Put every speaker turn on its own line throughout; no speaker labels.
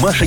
Маша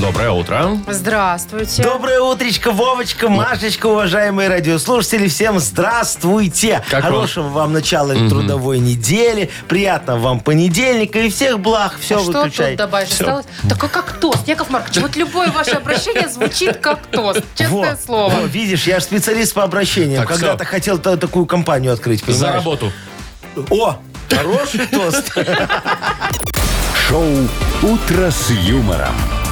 Доброе утро.
Здравствуйте.
Доброе утречко, Вовочка,
А
Машечка, уважаемые радиослушатели. Всем здравствуйте.
Как вам?
Хорошего вам, начала трудовой недели. Приятного вам понедельника и всех благ. Все,
А что
выключай.
тут добавишь?
Всё.
Осталось? Так а как тост, Яков Маркович. Вот любое ваше обращение звучит как тост. Честное
Во,
слово.
во, видишь, я же специалист по обращениям.
Так, всё.
Когда-то хотел та- такую компанию открыть,
За
понимаешь?
работу.
О, хороший тост.
Шоу «Утро с юмором»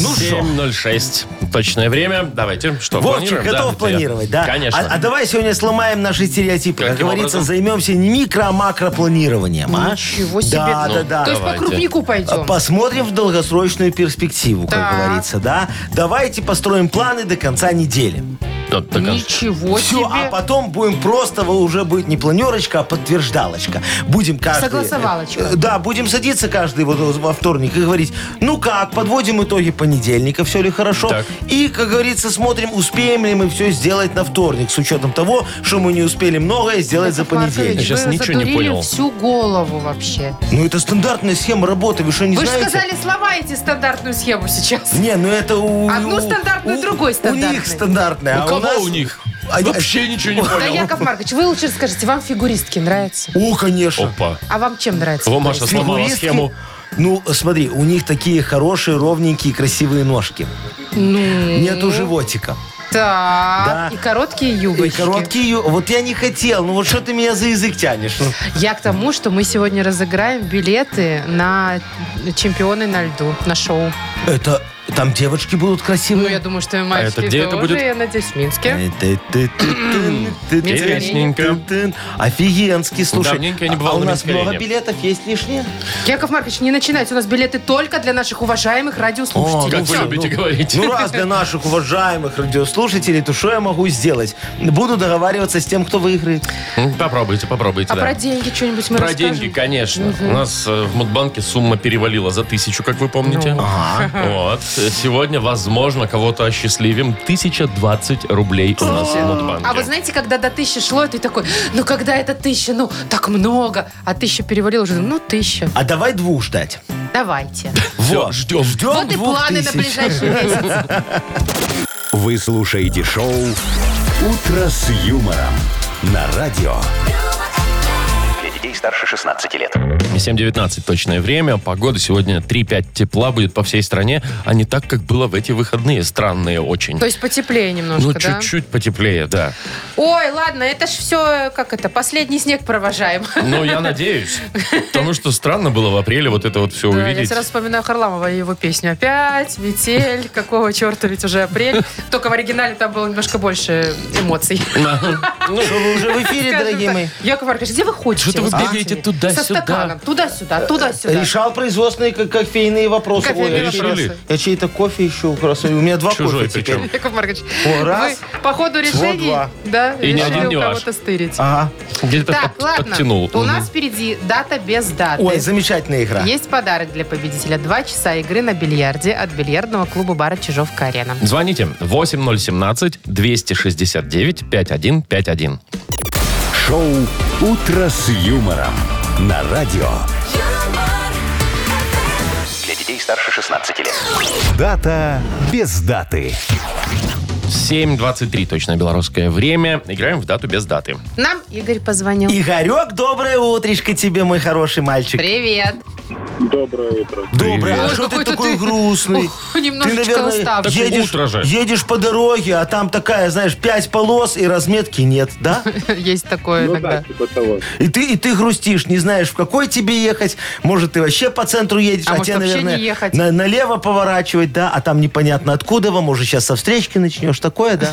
Ну
7.06. Точное время. Давайте. Что,
Вовчик,
планируем? Да, это
готов
я.
планировать, да?
Конечно.
А, а давай сегодня сломаем наши стереотипы. Как
Каким
говорится,
образом?
займемся не микро, а макро планированием. а?
Ничего себе.
Да,
Ну,
да, да.
То есть по
давайте.
крупнику пойдем.
А, Посмотрим в долгосрочную перспективу, как
Так.
говорится, да? Давайте построим планы до конца недели.
Да, так, а
Ничего
Все,
себе.
а потом будем просто, во, уже будет не планерочка, а подтверждалочка. Будем каждый...
Согласовалочка.
Э, Да, будем садиться каждый вот э, во вторник и говорить, ну как, подводим итоги понедельника, все ли хорошо.
Так.
И, как говорится, смотрим, успеем ли мы все сделать на вторник, с учетом того, что мы не успели многое сделать за
Яков Маркович,
понедельник.
Я сейчас
вы
ничего не
задурили
понял.
всю голову вообще.
Ну это стандартная схема работы, вы что, не
Вы же
знаете?
сказали, сломаете стандартную схему сейчас.
Не, ну это у...
Одну
у-
стандартную, другой
У
стандартной.
них стандартная.
У
а
кого
нас-
у них?
А-
Вообще ничего не
Да,
понял.
Яков Маркович, вы лучше скажите, вам фигуристки нравятся?
О, конечно.
Опа.
А вам чем нравится?
Во, Маша сломала
Фигуристки-
схему.
Ну, смотри, у них такие хорошие, ровненькие, красивые ножки.
Ну,
Нету животика.
так,
Да.
и короткие
И
юбочки.
короткие... ю- Вот я не хотел. Ну, вот что ты меня за язык тянешь? Ну,
Я к тому, что мы сегодня разыграем билеты на чемпионы на льду, на шоу.
Это... Там девочки будут
Ну,
красивые.
я думаю, что и мальчики
А это где это
тоже,
будет?
я надеюсь, в Минске.
Интересненько.
Офигенский, слушай.
Давненько я не бывал
а у
на
нас
Минской
много
арене.
билетов есть лишние?
Яков Маркович, не начинайте, у нас билеты только для наших уважаемых радиослушателей.
Как вы
Всё.
любите говорить.
Ну, раз для наших уважаемых радиослушателей, то что я могу сделать? Буду договариваться с тем, кто выиграет.
М, Попробуйте, попробуйте,
А
да.
про деньги что-нибудь мы
Про
расскажем?
деньги, конечно. У нас э, в Мудбанке сумма перевалила за тысячу, как вы помните.
Ну.
Вот. Сегодня, возможно, кого-то осчастливим. 1020 рублей у нас в Мудбанке.
А вы знаете, когда до тысячи шло, ты такой, ну когда это тысяча, ну так много, а тысяча перевалил уже, ну тысяча,
А давай двух ждать.
давайте.
Всё,
Вот.
ждем.
Ждем
Вот и
двух
планы на
тысяч.
ближайший месяц.
Вы слушаете шоу «Утро с юмором» на радио. Для детей старше 16 лет.
7.19 точное время. Погода сегодня 3-5 тепла будет по всей стране, а не так, как было в эти выходные. Странные очень.
То есть потеплее немножко,
Ну,
да?
чуть-чуть потеплее, да.
Ой, ладно, это ж все, как это, последний снег провожаем.
Ну, я надеюсь. Потому что странно было в апреле вот это вот все
Да, я
увидеть.
сразу вспоминаю Харламова и его песню. Опять метель, какого черта, ведь уже апрель. Только в оригинале там было немножко больше эмоций.
Ну, Что вы уже в эфире,
Скажем
дорогие
так.
мои.
Яков Маркович, где вы ходите?
Что-то вы
вот с
бегаете
этими?
туда-сюда.
Со стаканом, туда-сюда, туда-сюда.
Решал производственные ко- кофейные вопросы.
Кофейные
Ой, я
вопросы.
чей- Я чей-то кофе еще украс. У меня два
Чужой
кофе теперь.
причем.
Яков Маркович,
О, раз.
вы по ходу решений
два. А.
да,
И ни один
решили
не
у
ваш.
кого-то стырить.
Ага.
Где-то
Так,
под-
ладно.
подтянул.
У нас впереди дата без даты.
Ой, замечательная игра.
Э, Есть подарок для победителя. Два часа игры на бильярде от бильярдного клуба бара «Чижовка-арена».
Звоните 8017-269-5151.
Шоу «Утро с юмором» на радио. Для детей старше 16 лет. Дата без даты.
7.23 точно белорусское время. Играем в дату без даты.
Нам Игорь позвонил.
Игорек, доброе утречко тебе, мой хороший мальчик.
Привет.
Доброе утро.
Доброе. А
Ой,
что ты
какой-то
такой
ты-
грустный?
Ух,
Ты,
немножечко
наверное,
уставший.
едешь,
утро же.
едешь по дороге, а там такая, знаешь, пять полос и разметки нет, да?
Есть такое
Ну
иногда.
да, типа того.
И ты, и ты грустишь, не знаешь, в какой тебе ехать. Может, ты вообще по центру едешь,
А
а,
может,
тебе,
вообще не
наверное,
ехать.
на- налево поворачивать, да, а там непонятно откуда вам, может, сейчас со встречки начнешь, такое, да?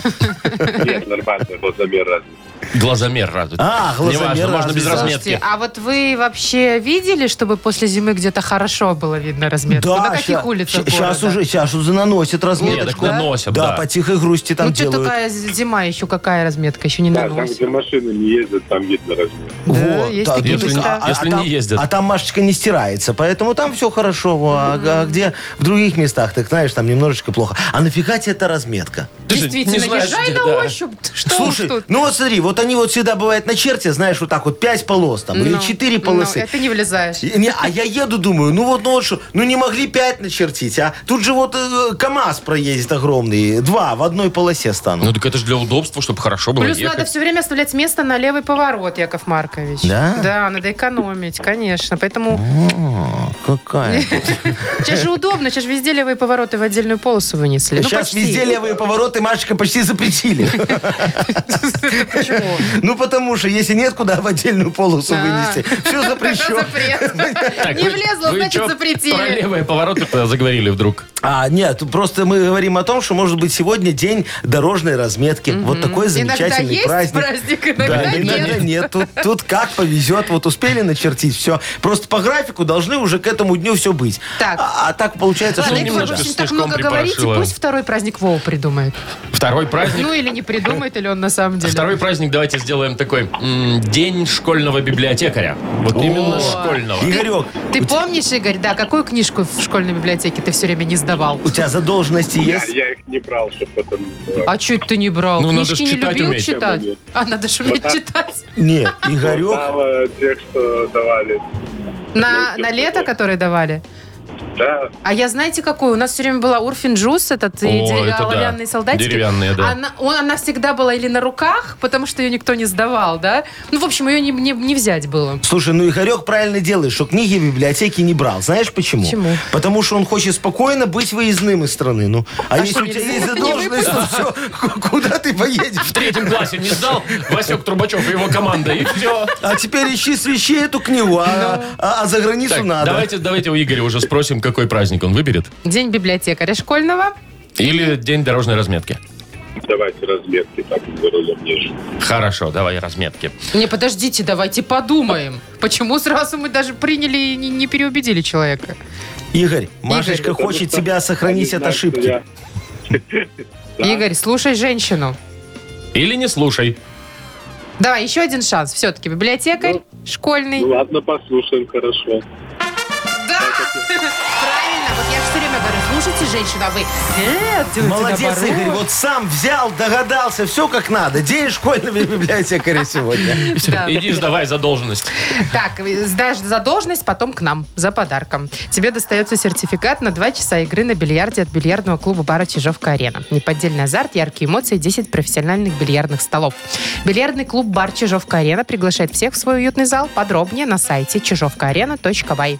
Нет, нормально, вот замер разницы.
Глазомер радует.
А, глазомер
Неважно, можно
радует.
без
Слушайте,
разметки.
а вот вы вообще видели, чтобы после зимы где-то хорошо было видно разметку? На каких улицах
Сейчас
города?
уже, сейчас уже заносит
Нет, так
разметочку.
наносят,
да,
да.
по тихой грусти там
Ну, что
делают.
такая зима еще, какая разметка? Еще не
Да, там,
наносит.
где машины не ездят, там видно размер.
Да,
Вот,
есть
да,
такие
Если-
места.
а- если
там-
не ездят.
А там Машечка не стирается, поэтому там все хорошо. во, А, а где в других местах, ты знаешь, там немножечко плохо. А нафига тебе эта разметка?
Ты же
Действительно,
не знаешь,
езжай
где,
на
да.
ощупь. Что уж
Слушай,
тут?
ну вот смотри, вот они вот всегда бывают на черте, знаешь, вот так вот пять полос там, или
Ну,
четыре
ну,
полосы.
это не влезаешь.
И- Не, а я еду, думаю, ну вот, ну вот что, ну не могли пять начертить, а? Тут же вот э, КАМАЗ проедет огромный, два в одной полосе станут.
Ну так это же для удобства, чтобы хорошо
ну,
было
Плюс
ехать.
надо все время оставлять место на левый поворот, Яков Маркович.
Да? Ну.
Да, надо экономить, конечно. Поэтому
О, какая.
сейчас же удобно, сейчас же везде левые повороты в отдельную полосу вынесли. ну,
Сейчас
почти.
везде левые повороты Машечка почти запретили.
Почему?
Ну, потому что если нет куда в отдельную полосу
А.
вынести, все
Тогда
запрещено.
запрет.
Так,
Не
вы-
влезло,
вы
значит,
чё Про
запретили.
левые повороты заговорили вдруг.
А, нет, просто мы говорим о том, что, может быть, сегодня день дорожной разметки. Вот такой
Иногда
замечательный
есть
праздник.
праздник, иногда
Да, иногда
нет.
нет. Тут, тут как повезет, вот успели начертить все. Просто по графику должны уже к этому дню все быть.
Так.
А, а так получается,
Ладно,
что...
Ну,
Яков
немножко
Маркович, не так
слишком
много говорите,
припорошило.
пусть второй праздник Вова придумает.
Второй праздник.
Ну или не придумает, или он на самом деле.
А Второй праздник давайте сделаем такой. м, День школьного библиотекаря. Вот именно школьного.
Игорек,
Ты помнишь, Игорь, да, какую книжку в школьной библиотеке ты все время не сдавал?
у тебя задолженности
Я,
есть?
я их не брал, чтобы потом... э,
А что это ты не брал?
Ну, надо
Книжки
ж
не
читать
любил
уметь.
читать?
Чем уметь?
А, надо же уметь читать.
Нет, Игорек...
Мало тех, что давали.
На,
Ну,
на
тем
лето,
более.
которые давали?
Да,
А я знаете какую? У нас все время была Урфин Джус, этот и
О,
деревянные
это да.
солдатики.
Деревянные, да.
Она, он- она всегда была или на руках, потому что ее никто не сдавал, да? Ну, в общем, ее не, не- не взять было.
Слушай, ну Игорек правильно делает, что книги в библиотеке не брал. Знаешь почему?
Почему?
Потому что он хочет спокойно быть выездным из страны. Ну, а, если
что,
у тебя
нельзя?
есть
Не
задолженность, то все, куда ты поедешь?
В третьем классе не сдал Васек Трубачев и его команда, и все.
А теперь ищи свищи эту книгу, а,
Ну.
а- а за границу надо.
давайте, давайте у Игоря уже спросим, какой праздник он выберет.
День библиотекаря школьного.
Или День дорожной разметки.
давайте разметки, так за рулем не жить.
Хорошо, давай разметки.
Не, подождите, давайте подумаем. Почему сразу мы даже приняли и не, не переубедили человека?
Игорь, Машечка
Потому
хочет
что
тебя сохранить
они
от
знают, что
ошибки.
я- Да.
Игорь, слушай женщину.
Или не слушай.
Давай, еще один шанс. Все-таки библиотекарь, школьный.
Ну ладно, послушаем, хорошо.
Да! Правильно, вот я все время говорю, слушайте, женщина, а вы нет, делайте
Молодец,
наоборот.
Игорь, вот сам взял, догадался, все как надо. День школьного библиотекаря сегодня.
Всё,
Да.
Иди сдавай задолженность.
Так, сдашь задолженность, потом к нам за подарком. Тебе достается сертификат на 2 часа игры на бильярде от бильярдного клуба бара «Чижовка-арена». Неподдельный азарт, яркие эмоции, 10 профессиональных бильярдных столов. Бильярдный клуб бар «Чижовка-арена» приглашает всех в свой уютный зал. Подробнее на сайте чижовкаарена.бай.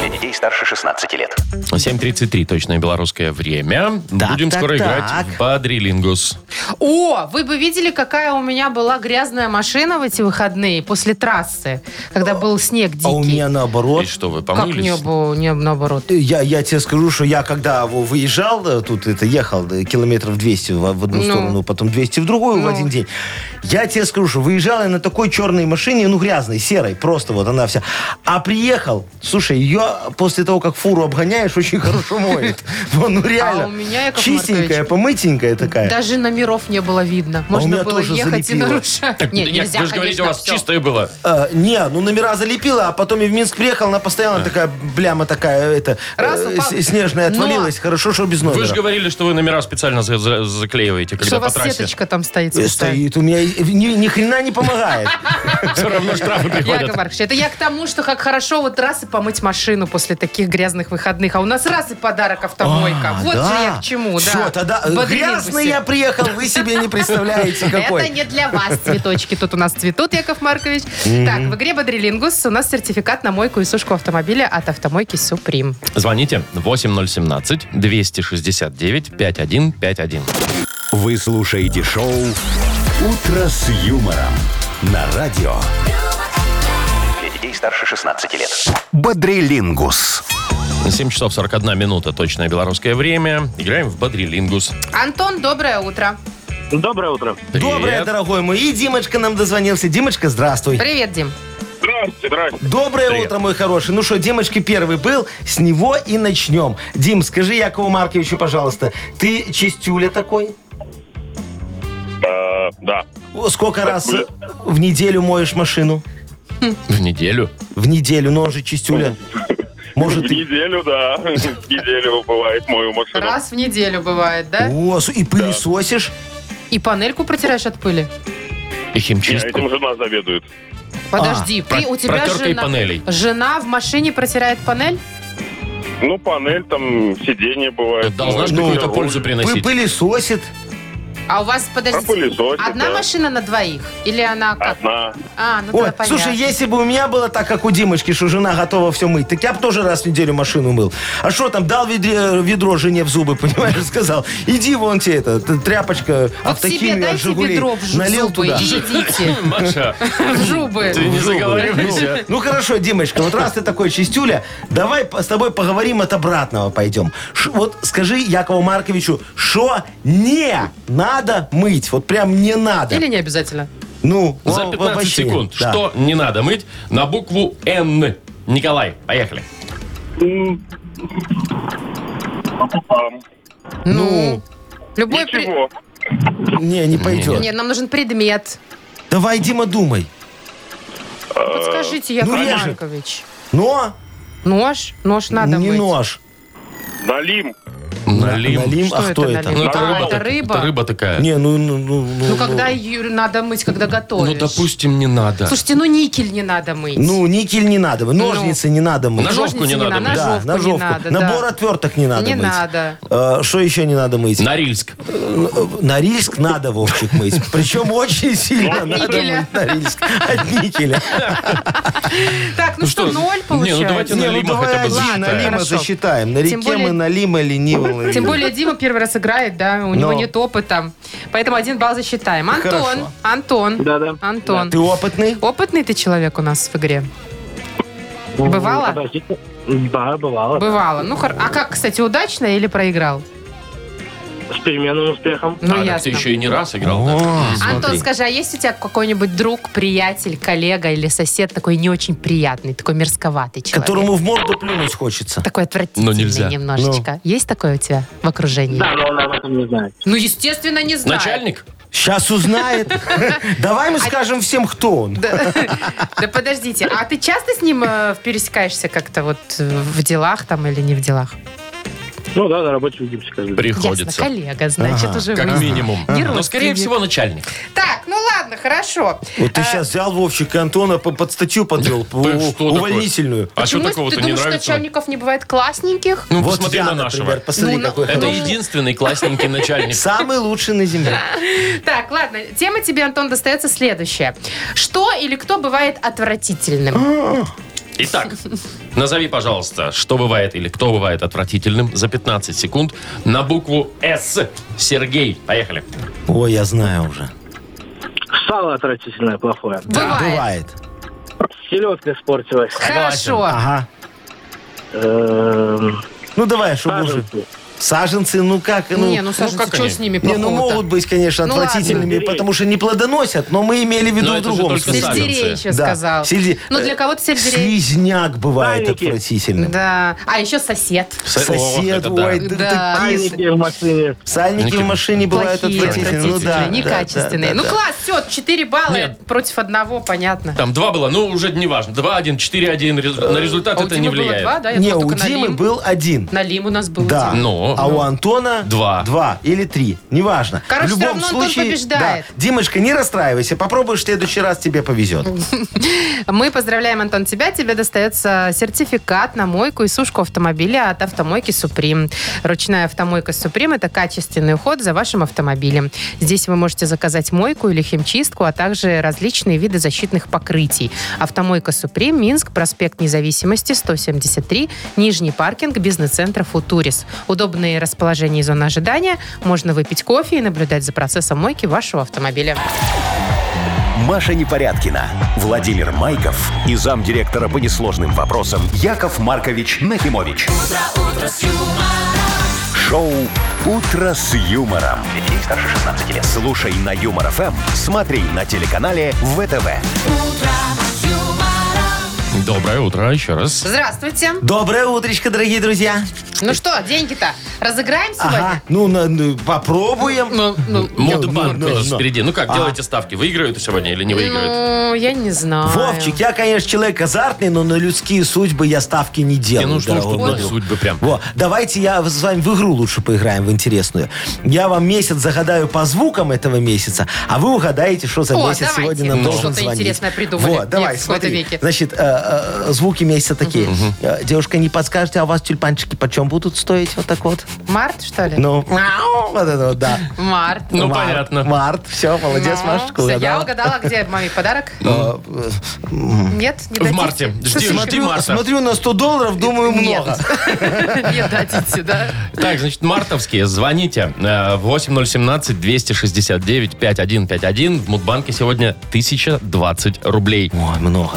Для детей старше 16 лет.
7.33, точное белорусское время.
Так,
Будем
так,
скоро
так.
играть в «Бодрилингус».
О, вы бы видели, какая у меня была грязная машина в эти выходные после трассы, когда был снег дикий.
А у меня наоборот.
И что, вы
Как
помылись?
не было, не наоборот.
Я, я тебе скажу, что я когда во- выезжал, э, тут это ехал э, километров 200 в, в одну
Ну.
сторону, потом 200 в другую в
Ну.
один день, я тебе скажу, что выезжал я на такой черной машине, ну грязной, серой, просто вот она вся. А приехал, слушай, ее после того, как фуру обгоняешь, очень хорошо моет. Вон, ну реально.
А у меня, Яков
Чистенькая,
Маркович,
помытенькая такая.
Даже номеров не было видно.
А у
Можно
меня
было
тоже
ехать
залепило.
и нарушать.
Так,
Нет,
я-
нельзя,
вы же говорите,
конечно,
у вас
всё.
чистое было.
Э, не, ну номера залепила, а потом я в Минск приехал, она постоянно такая, бляма такая, это,
Раз
э,
упал.
с- снежная
Но-
отвалилась, хорошо, что без номера.
Вы же говорили, что вы номера специально за- за- заклеиваете,
Что
когда
у
по
вас
трассе.
сеточка там стоит?
Э,
специально?
Стоит, у меня и- ни, ни хрена не помогает.
Все равно штрафы
Яков
приходят.
Маркович, это я к тому, что как хорошо вот раз и помыть машину после таких грязных выходных, а у нас раз и подарок автомойка.
А,
вот
да.
же я к чему, да.
Всё, тогда э,
Бодрилингусе.
грязный я приехал, вы себе не представляете
Это
какой.
не для вас цветочки. Тут у нас цветут, Яков Маркович. Так, в игре «Бодрилингус» у нас сертификат на мойку и сушку автомобиля от автомойки «Суприм».
Звоните 8017-269-5151.
Вы слушаете шоу «Утро с юмором» на радио.
Для детей старше 16 лет.
Бодрилингус.
7 часов 41 минута, точное белорусское время. Играем в Бодрилингус.
Антон, доброе утро.
Доброе утро.
Доброе, дорогой мой. И Димочка нам дозвонился. Димочка, здравствуй.
Привет, Дим.
Здравствуйте, здравствуйте.
Доброе
Привет.
утро, мой хороший. Ну что, Димочки первый был, с него и начнем. Дим, скажи Якову Марковичу, пожалуйста, ты чистюля такой?
Э, да.
О, Сколько раз в неделю моешь машину?
В неделю.
В неделю, но он же чистюля. Может,
в
и...
неделю, да. В неделю бывает мою машину.
Раз в неделю бывает, да?
О, су- и пылесосишь?
И панельку протираешь от пыли.
И
Я
химчистку.
этим жена заведует.
Подожди,
А,
ты,
про-
у тебя
протеркой
жена,
панелей.
жена в машине протирает панель?
Ну, панель там, сиденье бывает.
Должна же
Ну,
какую-то
руль.
пользу
Пы-
приносить.
Пылесосит?
А у вас, подожди,
Пропылесосит,
одна
да.
машина на двоих? Или она как?
Одна.
А, ну
Ой,
тогда понятно.
слушай, если бы у меня было так, как у Димочки, что жена готова все мыть, так я бы тоже раз в неделю машину мыл. А что там, дал ведре- э, ведро жене в зубы, понимаешь, сказал, иди вон тебе это, т- тряпочка,
Вот себе
автохимия,
дайте
Жигули,
ведро в ж-
налил
зубы
туда.
и идите
Маша,
в жубы.
ты не заговаривайся.
Ну хорошо, Димочка, вот раз ты такой чистюля, давай по- с тобой поговорим от обратного пойдем. Ш- вот скажи Якову Марковичу, что не надо мыть, вот прям не надо.
Или не обязательно?
Ну,
За
во-
15
вообще.
секунд.
Да.
Что не надо мыть? На букву Н. Николай, поехали.
Там.
Ну,
Любой при-
Ничего.
Ну.
не, не пойдет.
Нет, нам нужен предмет.
Давай, Дима, думай.
А.
Подскажите, Яков
ну, режет.
Маркович.
Но
Нож? Нож надо
не
мыть.
нож.
Налим.
Налим.
Налим,
Что
а
это
кто это?
налим?
Ну, это
А,
рыба.
это рыба.
Это рыба такая.
Не, ну, ну, ну, ну,
Ну,
ну.
когда ее надо мыть, когда готовишь.
Ну, допустим, не надо.
Слушайте, ну никель не надо мыть.
Ну, никель не надо, ножницы не надо мыть.
Нож- Ножовку не
Ножницы
надо мыть.
Да,
ножовку не
ножовку.
надо. да.
Набор отверток не надо
Не
мыть.
надо.
Э, Что еще не надо мыть?
Норильск.
Норильск надо, Вовчик, мыть. Причем очень сильно надо
никеля.
мыть Норильск. От никеля.
Так, ну что, ноль получается?
Не, ну давайте на
Не, ну
Лима хотя
давай
бы
один
засчитаем.
на Лима
Хорошо.
засчитаем. На
Тем
реке
более-
мы на Лима Лима
Тем более Дима первый раз играет, да, у него
Но.
нет опыта. Поэтому один балл засчитаем. Антон,
Хорошо.
Антон,
Да-да.
Антон.
Ты опытный?
Опытный ты человек у нас в игре.
Ну,
Бывало?
Подождите. Ну, Да, бывало.
Бывало. Ну, хор- а как, кстати, удачно или проиграл?
С переменным успехом.
Ну,
А, так
ясно.
ты еще и не раз играл. да?
Антон,
смотри.
скажи, а есть у тебя какой-нибудь друг, приятель, коллега или сосед такой не очень приятный, такой мерзковатый человек?
Которому в морду плюнуть хочется.
Такой отвратительный
Но нельзя.
Ну.
немножечко. Есть такое у тебя в окружении?
Да, но он об этом не знает.
Ну, естественно, не знаю.
Начальник?
Сейчас узнает. Давай мы скажем всем, кто он.
Да, да подождите, а ты часто с ним э, пересекаешься как-то вот э, в делах там или не в делах?
Ну да, на рабочем гипсе каждый день.
Приходится.
Ясно, коллега, значит,
Ага,
уже
Как
выяснилось.
минимум.
Не
Но, скорее
родственник.
всего, начальник.
Так, ну ладно, хорошо.
Вот ты
А,
сейчас взял Вовчик и Антона по- под статью подвел, по-
Ты что такое?
увольнительную.
А что
почему
такого-то
ты
не
думаешь,
нравится?
начальников не бывает классненьких?
Ну,
Вот
посмотри
я,
на
например,
нашего.
посмотри,
Ну,
какой
Это
хороший.
единственный классненький начальник.
Самый лучший на земле.
Так, ладно, тема тебе, Антон, достается следующая. Что или кто бывает
А,
отвратительным?
Итак, назови, пожалуйста, что бывает или кто бывает отвратительным за 15 секунд на букву «С». Сергей, поехали.
Ой, я знаю уже.
Сало отвратительное, плохое.
Бывает.
Селедка испортилась.
Хорошо.
Ага.
Эм,
Ну давай, чтобы уже.
саженцы.
Саженцы, ну как, ну.
Не, ну саженцы,
как
что
они?
с ними
Не, ну
плохого-то?
могут быть, конечно,
Ну
отвратительными,
ладно.
потому что не плодоносят, но мы имели в виду
Но
в
это же
другом
только
смысле.
саженцы.
Сельдерей еще
Да,
сказал.
сельде-
Ну, для кого-то сельдерей.
Слизняк бывает
Сальники.
отвратительным.
Да. А еще сосед.
С- О,
Сосед,
это да.
ой, да
Да.
такие
Сальники в машине.
Сальники в машине бывают
Плохие,
отвратительные. Ну да.
отвратительные, некачественные.
да, да,
Ну
да.
класс, все, 4 балла
Нет.
против одного, понятно.
Там два было, ну уже не важно. Два, один, четыре, один. Рез- На результат
А у
это не
Димы было
влияет.
два, да? Я
Не,
думала,
у
только на
Димы
Лим.
был один.
На Лим у нас был
Да.
Дим.
Ну.
а у Антона
Два.
Два или три. Неважно.
Короче,
В любом
всё равно Антон
случае,
побеждает.
Да. Димочка, не расстраивайся. Попробуешь в следующий раз, тебе повезет.
Мы поздравляем, Антон, тебя. Тебе достается сертификат на мойку и сушку автомобиля от автомойки «Суприм». Ручная автомойка «Суприм» — это качественный уход за вашим автомобилем. Здесь вы можете заказать мойку или химчистку, а также различные виды защитных покрытий. Автомойка «Суприм», Минск, проспект Независимости, 173, Нижний паркинг, бизнес-центр «Футурис». Удобные расположения и зоны ожидания. Можно выпить кофе и наблюдать за процессом мойки вашего автомобиля.
Маша Непорядкина, Владимир Майков и замдиректора по несложным вопросам Яков Маркович Нахимович. Шоу Утро с юмором.
Для детей старше 16 лет.
Слушай на Юмор ФМ, смотри на телеканале ВТВ.
Доброе утро еще раз.
Здравствуйте.
Доброе утречко, дорогие друзья.
Ну что, деньги-то разыграем сегодня?
Ага, ну, на- ну, попробуем.
Ну, ну,
Модбанк
ну,
у нас
ну.
впереди. Ну как,
А.
делайте ставки. Выиграют сегодня или не выиграют?
ну, я не знаю.
Вовчик, я, конечно, человек азартный, но на людские судьбы я ставки не делаю.
Не, ну что,
да,
уж тут
вот
на
это.
судьбы прям.
Во, давайте я с вами в игру лучше поиграем, в интересную. Я вам месяц загадаю по звукам этого месяца, а вы угадаете, что за
О,
месяц
давайте.
сегодня нам
Ну,
должен
что-то
звонить.
интересное придумали.
Вот, давай,
Нет, в
смотри.
кои-то веке.
Значит, э, э, звуки месяца такие. Э, Девушка, не подскажете, а у вас тюльпанчики почем будут стоить? Вот так вот.
Март, что ли?
Ну, мяу, вот это вот, да.
Март.
Ну,
Март,
понятно.
Март, все, молодец,
Ну,
Машечка,
всё, Я
угадала.
угадала, где маме подарок?
Э, э,
Нет, не
В
дадите?
марте. Жди,
Слушай,
жди марта.
Смотрю на 100 долларов, думаю,
Нет.
много.
Не дадите, да?
Так, значит, мартовские, звоните. э, 8017-269-5151. В Мудбанке сегодня 1020 рублей.
Ой, много.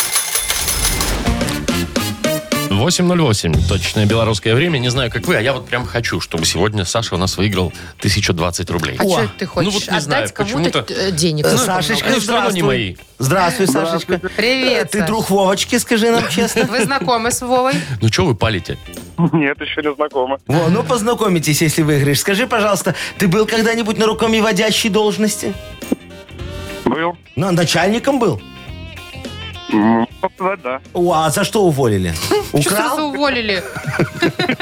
8.08. Точное белорусское время. Не знаю, как вы, а я вот прям хочу, чтобы сегодня Саша у нас выиграл 1020 рублей.
А что ты
ну
хочешь?
вот не знаю,
Отдать кому-то
почему-то-
э, денег?
Э,
Ну,
Сашечка,
ну, всё равно не
здравствуй.
мои.
Здравствуй, Сашечка. Э,
Привет.
Ты
Саш.
друг Вовочки, скажи нам честно.
Вы знакомы с Вовой?
Ну что вы палите?
Нет, еще не знакома.
Во, ну познакомитесь, если выиграешь. Скажи, пожалуйста, ты был когда-нибудь на рукомеводящей должности?
Был.
Ну, начальником был?
М, можно сказать, да.
О, а за что уволили?
Что сразу
Украл?
уволили?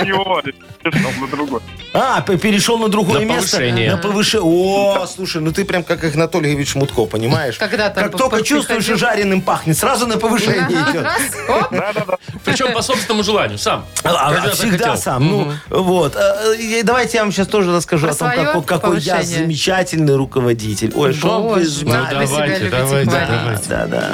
Не уволили. Перешел на другой.
А, п- перешел на другое
На
место?
повышение.
На повышение. О, слушай, ну ты прям как Игнатолий Ильич Мутко, понимаешь?
Когда-то
Как
п-
только
п-
чувствуешь, что
приходил.
жареным пахнет, сразу на повышение идет.
Ага, раз, оп.
Да-да-да.
Причем по собственному желанию, сам.
А,
Когда
а всегда
захотел.
сам. Ну, вот. А, э, Давайте я вам сейчас тоже расскажу
Про
о том,
свое
какой, какой я
повышение.
замечательный руководитель. Ой, что вы
Боже мой,
знаете.
вы себя
Ну, давайте,
любите
давайте,
хвалить.
давайте.
Да, да.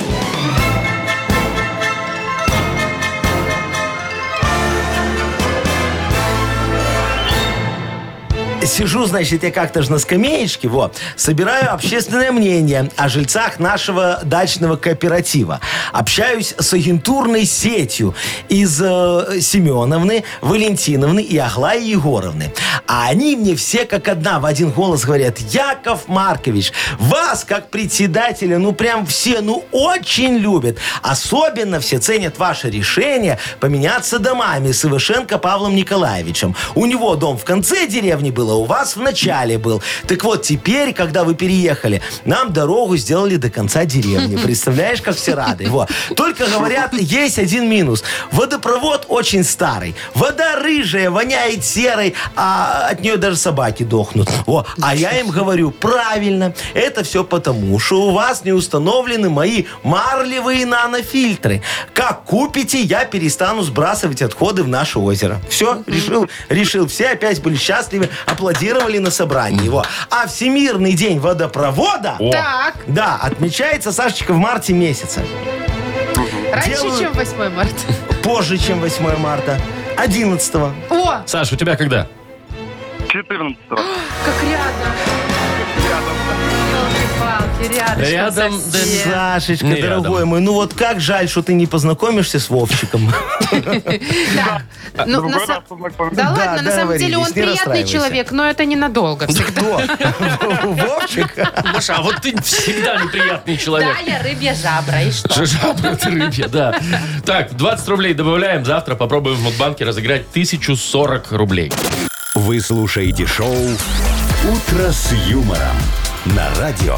Сижу, значит, я как-то же на скамеечке, вот, собираю общественное мнение о жильцах нашего дачного кооператива. Общаюсь с агентурной сетью из э, Семеновны, Валентиновны и Аглаи Егоровны. А они мне все как одна в один голос говорят, Яков Маркович, вас как председателя, ну прям все, ну очень любят. Особенно все ценят ваше решение поменяться домами с Ивашенко Павлом Николаевичем. У него дом в конце деревни был, а у вас в начале был. Так вот, теперь, когда вы переехали, нам дорогу сделали до конца деревни. Представляешь, как все рады. Во. Только, говорят, есть один минус. Водопровод очень старый. Вода рыжая, воняет серой, а от нее даже собаки дохнут. Во. А я им говорю, правильно, это все потому, что у вас не установлены мои марлевые нанофильтры. Как купите, я перестану сбрасывать отходы в наше озеро. Все, решил, решил. Все опять были счастливы, аплодировали на собрании. Во. А Всемирный день водопровода...
О.
Так,
Да, отмечается, Сашечка, в марте месяца.
раньше,
Делаю-
чем 8 марта.
Позже, чем 8 марта. 11
О,
Саш, у тебя когда?
14
как рядом. Ёлки-палки, рядышком
Рядом, да,
совсем.
Э, Сашечка,
Не рядом.
дорогой мой, ну вот как жаль, что ты не познакомишься с Вовчиком.
Так, ну, на
Другой
сам-
раз познакомимся.
Да
Да,
ладно, на самом деле он
договорились, не
приятный
расстраивайся.
человек, но это ненадолго.
Кто? Вовчик?
Маша, а вот ты всегда неприятный человек.
Да, я рыбья жабра, и что?
Жаба ты рыбья, да. Так, 20 рублей добавляем. Завтра попробуем в Мудбанке разыграть 1040 рублей.
Вы слушаете шоу Утро с юмором. На радио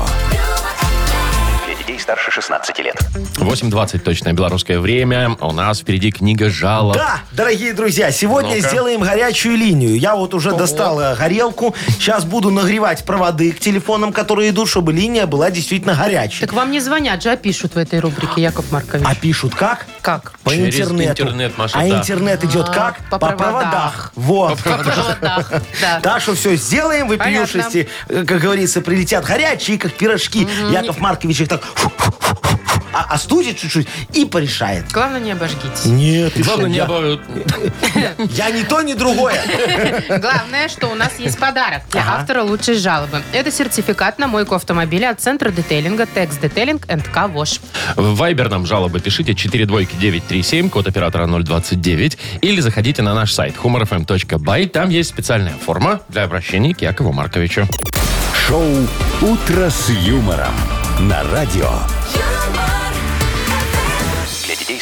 Для детей старше 16 лет.
8.20 точное белорусское время. У нас впереди книга жалоб.
Да, дорогие друзья, сегодня
Ну-ка.
сделаем горячую линию. Я вот уже достал э, горелку. Сейчас буду нагревать проводы к телефонам, которые идут, чтобы линия была действительно горячей.
Так вам не звонят же, а пишут в этой рубрике, Яков Маркович.
А пишут как?
Как?
По
Через
интернету.
интернет, Маша,
а
да.
интернет идет
А,
как?
по проводах.
Вот.
По проводах, да.
Так что все сделаем, выпившести, э, как говорится, прилетят горячие, как пирожки. Яков Маркович их так фу, фу, фу, фу, фу, а- остудит чуть-чуть и порешает.
Главное, не обожгитесь.
Нет, ты
Главное,
что,
не
я-
обо-
Я ни то, ни другое.
Главное, что у нас есть подарок для автора лучшей жалобы. Это сертификат на мойку автомобиля от центра детейлинга Текс Детейлинг НК ВОЖ.
В Вайбер нам жалобы пишите 42937, код оператора 029, или заходите на наш сайт humorfm.by. Там есть специальная форма для обращения к Якову Марковичу.
Шоу «Утро с юмором» на радио.
юмор,
Для детей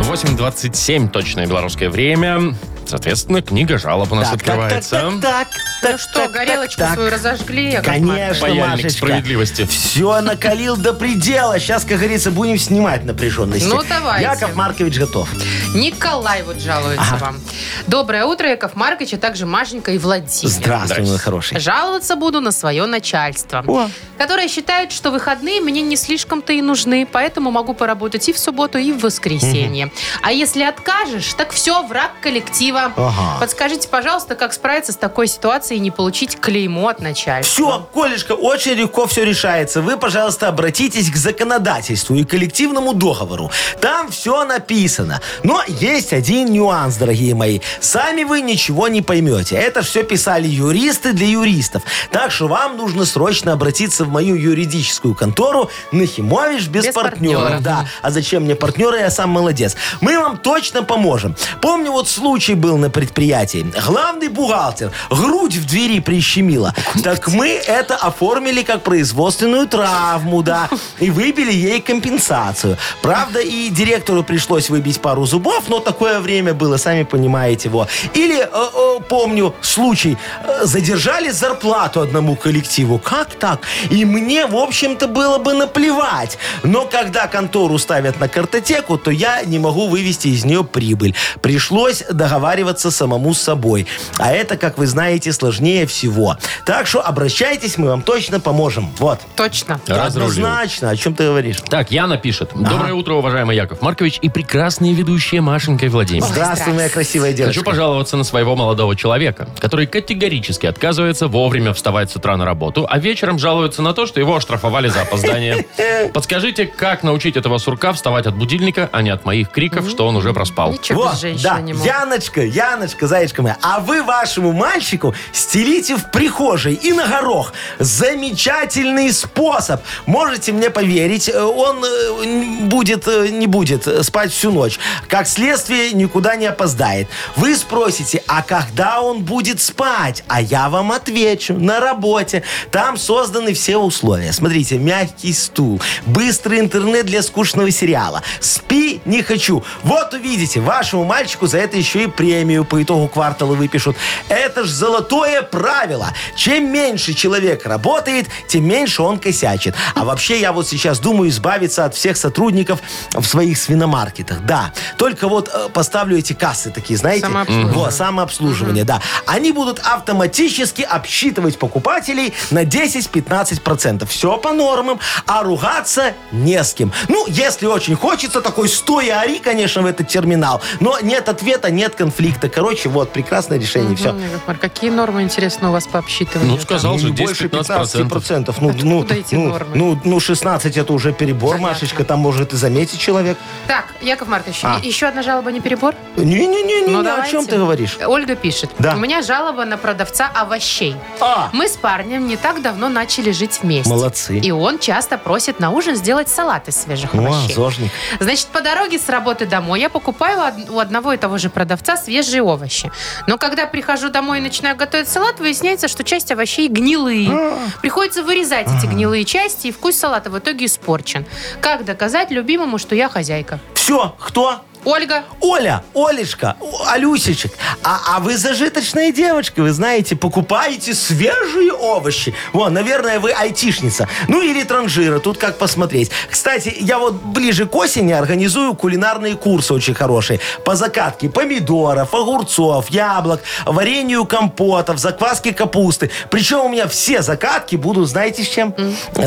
8.27 точное белорусское время. Соответственно, книга жалоб у нас открывается.
так,
Ну что, горелочку свою разожгли, Яков Маркович?
Конечно,
Паяльник
Машечка.
справедливости.
Все накалил до предела. Сейчас, как говорится, будем снимать напряженности.
Ну, давайте.
Яков Маркович готов.
Николай вот жалуется вам. Доброе утро, Яков Маркович, а также Машенька и Владимир.
Здравствуй, мой хороший.
Жаловаться буду на свое начальство,
О.
которое считает, что выходные мне не слишком-то и нужны, поэтому могу поработать и в субботу, и в воскресенье. А если откажешь, так все, враг коллектива.
Ага.
Подскажите, пожалуйста, как справиться с такой ситуацией и не получить клеймо от начальства.
Все, Колешка, очень легко все решается. Вы, пожалуйста, обратитесь к законодательству и коллективному договору. Там все написано. Но есть один нюанс, дорогие мои. Сами вы ничего не поймете. Это все писали юристы для юристов. Так что вам нужно срочно обратиться в мою юридическую контору Нахимович без,
Без
партнеров.
партнеров.
Да. А зачем мне партнеры? Я сам молодец. Мы вам точно поможем. Помню, вот случай был на предприятии. Главный бухгалтер грудь в двери прищемила. Так мы это оформили как производственную травму, да, и выбили ей компенсацию. Правда, и директору пришлось выбить пару зубов, но такое время было, сами понимаете, его. Или, э, э, помню, случай, э, задержали зарплату одному коллективу. Как так? И мне, в общем-то, было бы наплевать. Но когда контору ставят на картотеку, то я не могу вывести из нее прибыль. Пришлось договариваться самому с собой. А это, как вы знаете, сложнее всего. Так что обращайтесь, мы вам точно поможем. Вот.
Точно.
Э,
Разрулил.
Однозначно. О чем ты говоришь?
Так, Яна пишет. Доброе утро, уважаемый Яков Маркович и прекрасные ведущие Машенька и Владимир.
Здравствуй, моя красивая
Хочу
девочка.
пожаловаться на своего молодого человека, который категорически отказывается вовремя вставать с утра на работу, а вечером жалуется на то, что его оштрафовали за опоздание. Подскажите, как научить этого сурка вставать от будильника, а не от моих криков, что он уже проспал?
Ничего без женщины
да,
не могут.
Яночка, Яночка, зайчка моя, а вы вашему мальчику стелите в прихожей и на горох. Замечательный способ. Можете мне поверить, э, он э, н- будет, э, не будет э, спать всю ночь. Как следствие, никуда не опоздает. Вы спросите, а когда он будет спать? А я вам отвечу, на работе. Там созданы все условия. Смотрите, мягкий стул, быстрый интернет для скучного сериала. Спи не хочу. Вот увидите, вашему мальчику за это еще и премию по итогу квартала выпишут. Это ж золотое правило. Чем меньше человек работает, тем меньше он косячит. А вообще я вот сейчас думаю избавиться от всех сотрудников в своих свиномаркетах. Да. Только вот э, поставлю эти кассы такие, знаете?
Самообслуживание.
Вот, самообслуживание, да. Они будут автоматически обсчитывать покупателей на 10-15%. Все по нормам, а ругаться не с кем. Ну, если очень хочется, такой стой и ори, конечно, в этот терминал. Но нет ответа, нет конфликта. Короче, вот, прекрасное решение, все.
Мгм, Ну, Яков Марк, какие нормы, интересно, у вас по обсчитыванию?
Ну, сказал же, 10-15%.
Ну, ну,
Откуда эти
ну,
нормы?
ну, ну, 16 это уже перебор,
Понятно.
Машечка. Там может и заметить человек.
Так, Яков Маркович,
А.
и- еще одна жалоба не перебор?
Не-не-не,
Ну,
о чем
давайте.
ты говоришь?
Ольга пишет.
Да.
У меня жалоба на продавца овощей.
А,
Мы с парнем не так давно начали жить вместе.
Молодцы.
И он часто просит на ужин сделать салат из свежих
о,
овощей.
зожник.
Значит, по дороге с работы домой я покупаю од- у одного и того же продавца свежие овощи. Но когда прихожу домой и начинаю готовить салат, выясняется, что часть овощей
А.
гнилые. Приходится вырезать эти гнилые части, и вкус салата в итоге испорчен. Как доказать любимому, что я хозяйка?
Все, кто?
Ольга,
Оля, Олечка, О- Алюсечек, а, а вы зажиточная девочка, вы знаете, покупаете свежие овощи. Вон, наверное, вы айтишница. Ну или транжира, тут как посмотреть. Кстати, я вот ближе к осени организую кулинарные курсы очень хорошие. По закатке помидоров, огурцов, яблок, варенью компотов, закваске капусты. Причем у меня все закатки будут, знаете, с чем?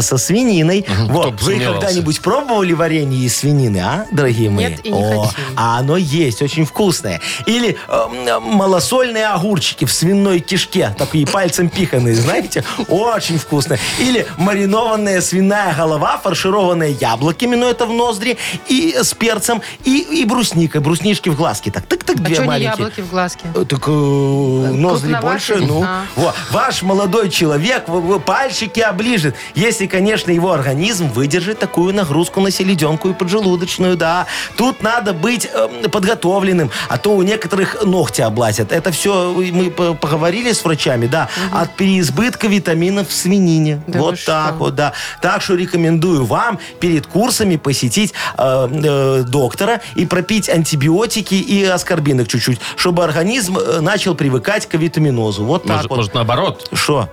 Со свининой.
кто
Вот,
бы
вы
сомневался.
когда-нибудь пробовали варенье из свинины, а, дорогие мои?
Нет, и не
О,
хочу.
А оно есть, очень вкусное. Или эм, малосольные огурчики в свиной кишке, такие пальцем пиханные, знаете, очень вкусно. Или маринованная свиная голова, фаршированная яблоками, но это в ноздри, и с перцем, и, и брусникой, бруснишки в глазки. Так, так, так,
А
две
что не
маленькие.
яблоки в глазке?
Э, Так э, ноздри
крупноватый,
больше, ну.
а.
Во, ваш молодой человек в- в- пальчики оближет, если, конечно, его организм выдержит такую нагрузку на селеденку и поджелудочную, да. Тут надо быть э, подготовленным, а то у некоторых ногти облазят. Это все мы по- поговорили с врачами, да, от переизбытка витаминов в свинине.
Да вы
вот
что?
так вот, да. Так что рекомендую вам перед курсами посетить э, э, доктора и пропить антибиотики и аскорбинок чуть-чуть, чтобы организм э, начал привыкать к витаминозу. Вот
Может,
так вот.
может, наоборот?
Что?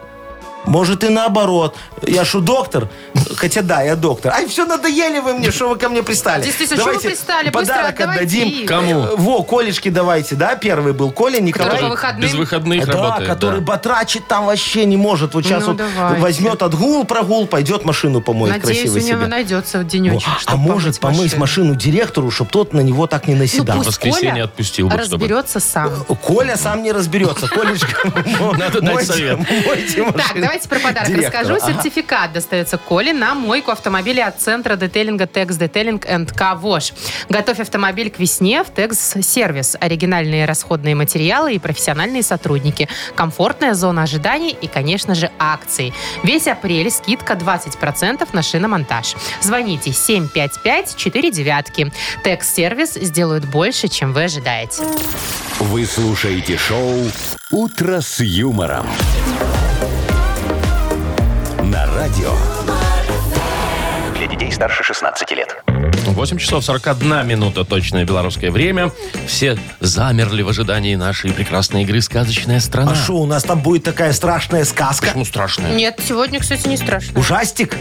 Может и наоборот. Я что, доктор? Хотя да, я доктор. Ай, все, надоели вы мне, что вы ко мне пристали.
Действительно, что вы пристали? Быстро
подарок
отдавайте
отдадим. Э,
их.
Кому?
Во, Колечки давайте, да? Первый был Коля, Николай.
Который по выходным?
Без выходных
Да,
работает.
который
да.
батрачит там вообще не может. Вот сейчас
Ну,
вот
давайте.
возьмет отгул, прогул, пойдет машину помоет
Надеюсь, у
красиво
него
себе.
найдется вот
Во,
денечек,
А
чтобы
может помыть машину директору, чтобы тот на него так не
Ну,
наседал.
пусть
Воскресенье
Коля
отпустил бы, чтобы.
разберется сам.
Коля сам не разберется. Колечка, мо-
Надо дать
мойте-
совет.
мойте
Так,
машину
давайте про подарок
директора.
расскажу.
Ага.
Сертификат достается Коле на мойку автомобиля от центра детейлинга Текс Детейлинг энд Вош. Готовь автомобиль к весне в Текс Сервис. Оригинальные расходные материалы и профессиональные сотрудники. Комфортная зона ожиданий и, конечно же, акции. Весь апрель скидка 20% на шиномонтаж. Звоните 755-49. Текс Сервис сделают больше, чем вы ожидаете.
Вы слушаете шоу «Утро с юмором». На радио.
Для детей старше 16 лет.
8 часов 41 минута точное белорусское время. Все замерли в ожидании нашей прекрасной игры «Сказочная страна».
А что, у нас там будет такая страшная сказка?
Почему страшная?
Нет, сегодня, кстати, не страшно.
Ужастик?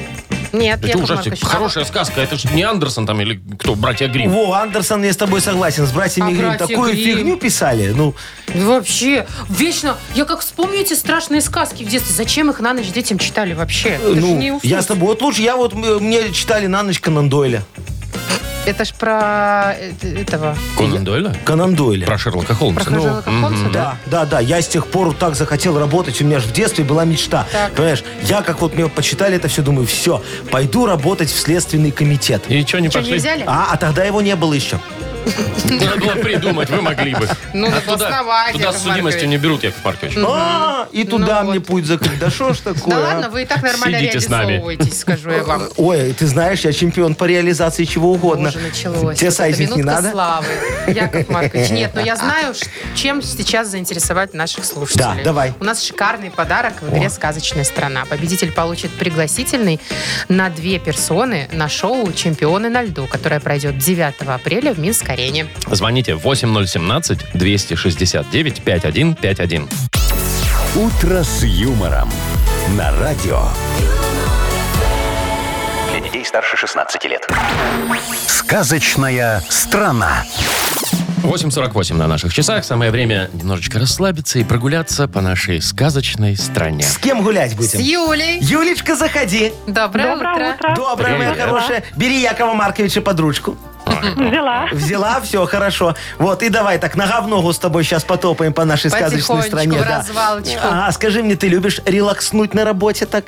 Нет,
Это
Яков
ужастик.
Маркович.
Хорошая сказка. Это же не Андерсон там или кто? Братья Грим.
Во, Андерсон, я с тобой согласен. С
А
братьями Гримм
«Братья
такую
Гримм»?
фигню писали. Ну,
Да Вообще, вечно. Я как вспомню эти страшные сказки в детстве. Зачем их на ночь детям читали вообще? Это ж не
ну
уснуть.
я с тобой. Вот лучше я вот, м, мне читали на ночь Конан Дойля.
Это ж про э, этого.
Конан Дойля?
Конан Дойля.
Про Шерлока
Про
Холмса. Ну,
Шерлока Холмса, да?
Да, да, да. Я с тех пор так захотел работать. У меня же в детстве была мечта.
Так.
Понимаешь, я как вот мне почитали это все, думаю, все, пойду работать в Следственный комитет.
И что, не
Что, не
пошли?
взяли?
А, а тогда его не было еще.
Надо было придумать, вы могли бы.
Ну,
А
так
туда,
основательно,
туда с
Яков
судимостью
Маркович.
не берут, Яков Маркович.
А, и туда
Ну
мне
вот.
путь закрыть. Да что ж такое?
Да
а?
ладно, вы и так нормально
Сидите с нами.
реализовываетесь, скажу я вам.
Ой, ты знаешь, я чемпион по реализации чего угодно.
Уже началось.
Тебе
Вот эта
сайзинг не
минутка
надо? А.
славы. Яков Маркович, нет, но я знаю, ш- чем сейчас заинтересовать наших слушателей.
Да, давай.
У нас шикарный подарок в игре «Сказочная страна». Победитель получит пригласительный на две персоны на шоу «Чемпионы на льду», которое пройдет 9 апреля в Минск-арене.
Звоните 8017-269-5151.
«Утро с юмором». На радио.
Для детей старше 16 лет.
«Сказочная страна».
8.48 на наших часах. Самое время немножечко расслабиться и прогуляться по нашей сказочной стране.
С кем гулять
С
будем?
Юлей!
Юлечка, заходи.
Доброе, утро.
А?
Доброе, моя
Привет.
хорошая. Бери Якова Марковича под ручку.
Взяла.
Взяла, все, хорошо. Вот, и давай так, нога в ногу с тобой сейчас потопаем по нашей сказочной
Потихонечку,
стране.
в
да.
развалочку.
Ага, скажи мне, ты любишь релакснуть на работе так?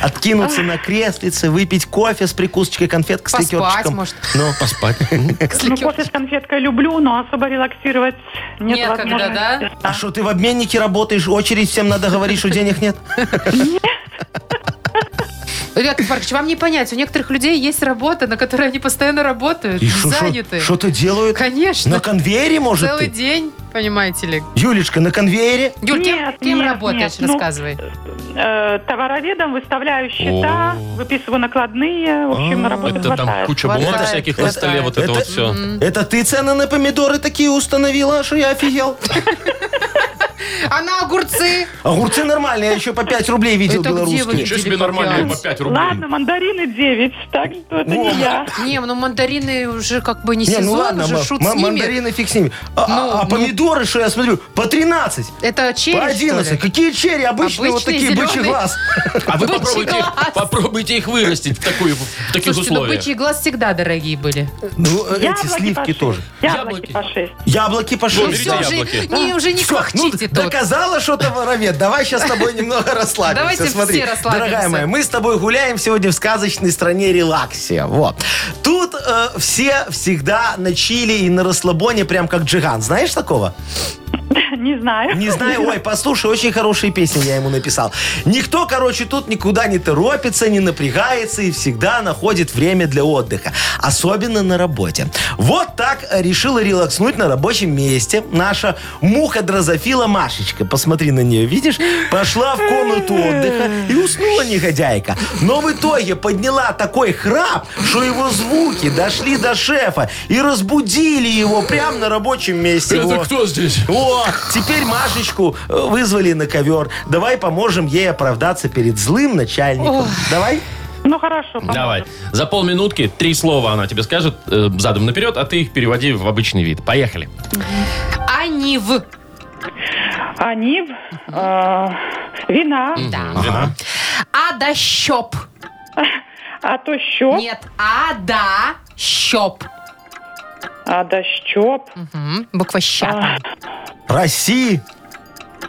Откинуться на креслице, выпить кофе с прикусочкой конфет к
Поспать,
стекерчикам.
может.
Ну,
Поспать.
Ну, кофе с конфеткой люблю, но особо релаксировать нет
Некогда,
возможности.
да?
а что, ты в обменнике работаешь, очередь всем надо говорить, что денег нет?
Яков Маркович, вам не понять, у некоторых людей есть работа, на которой они постоянно работают, заняты.
Что-то делают?
Конечно.
На конвейере, может,
Целый
ты?
день, понимаете ли.
Юлечка, на конвейере?
Юль, кем-
Нет,
кем,
нет,
работаешь,
нет, ну,
рассказывай.
Э, товароведом выставляю счета,
О.
выписываю накладные. В
А,
общем, работы
Это там
хватает.
куча бумаг
Хватает,
всяких на столе, вот это
это-
вот все.
Это ты цены на помидоры такие установила, что я офигел?
А на огурцы?
Огурцы нормальные, я еще по 5 рублей видел
Это где вы
белорусские.
Ничего себе
Или по
нормальные
пять.
по 5 рублей.
Ладно, мандарины 9, так что это не я.
Не, ну мандарины уже как бы не
Не,
сезон,
ну ладно,
уже
ма-
шут
ма-
с ними.
мандарины фиг с ними. А,
Ну,
а- а
ну.
помидоры, что я смотрю, по 13,
Это черри,
по 11.
что ли?
Какие черри? Обычные, вот
Обычные,
такие, бычий
зеленые.
глаз.
А вы
Бычий
попробуйте
глаз.
их, попробуйте их вырастить в, такую, в таких
Слушайте, ну
условиях.
бычий глаз всегда дорогие были.
Ну, э, эти
Яблоки по
сливки
шесть.
тоже.
Яблоки
Яблоки.
по 6.
Яблоки по
Ну,
Ну
шесть.
берите
все, уже,
яблоки.
не, уже не
Всё, ну,
хохчите тут.
доказала, что ты воровед. Давай сейчас с тобой немного расслабимся.
Давайте все
Смотри,
расслабимся.
Дорогая моя, мы с тобой гуляем сегодня в сказочной стране релаксия. Вот. Тут э, все всегда на чили и на расслабоне, прям как джиган. Знаешь такого?
Не знаю.
Не знаю, ой, послушай, очень хорошие песни я ему написал. Никто, короче, тут никуда не торопится, не напрягается и всегда находит время для отдыха. Особенно на работе. Вот так решила релакснуть на рабочем месте наша муха-дрозофила Машечка. Посмотри на нее, видишь? Пошла в комнату отдыха и уснула негодяйка. Но в итоге подняла такой храп, что его звуки дошли до шефа и разбудили его прямо на рабочем месте.
Это
Во.
кто здесь?
О, теперь Машечку э, вызвали на ковер. Давай поможем ей оправдаться перед злым начальником. Давай.
Ну хорошо,
Давай. За полминутки три слова она тебе скажет э, задом наперед, а ты их переводи в обычный вид. Поехали.
Они в...
Они э, вина,
Вина.
А да щеп.
а то щоп,
Нет, а да щеп.
а да щоп.
Мгм, Буква
А,
ща.
России.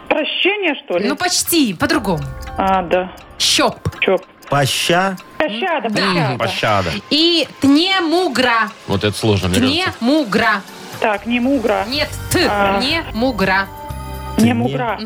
Прощение, что ли?
Ну почти, по-другому.
А, да.
Щеп.
Чоп.
Поща.
Пощада,
Да.
пощада.
Пощада.
И тнемугра.
Вот это сложно, мне кажется.
Тнемугра.
Так, не мугра.
Нет, т.
А.
Тнемугра.
Не мугра.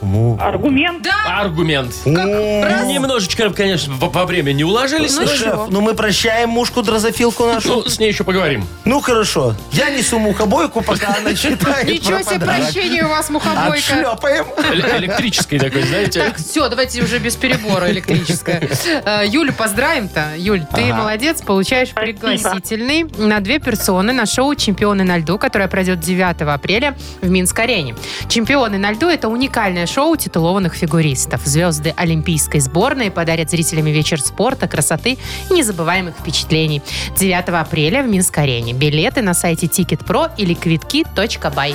Му.
Аргумент.
Да,
Аргумент. Немножечко, конечно, во, во время не уложились.
Ну,
но-
Шеф, ну мы прощаем мушку дрозофилку нашу.
Ну, с ней еще поговорим.
Ну хорошо, я несу мухобойку, пока она читает
ничего
про
себе
подарок.
прощение у вас, мухобойка.
Отшлепаем.
Эле- Электрической такой, знаете.
Так, все, давайте уже без перебора электрическое. Э, Юлю поздравим-то. Юль, ты молодец, получаешь пригласительный на две персоны на шоу «Чемпионы на льду», которое пройдет 9 апреля в Минск-арене. «Чемпионы на льду» — это уникальное шоу титулованных фигуристов. Звезды олимпийской сборной подарят зрителям вечер спорта, красоты и незабываемых впечатлений. 9 апреля в Минск-арене. Билеты на сайте Ticket.pro или квитки.бай.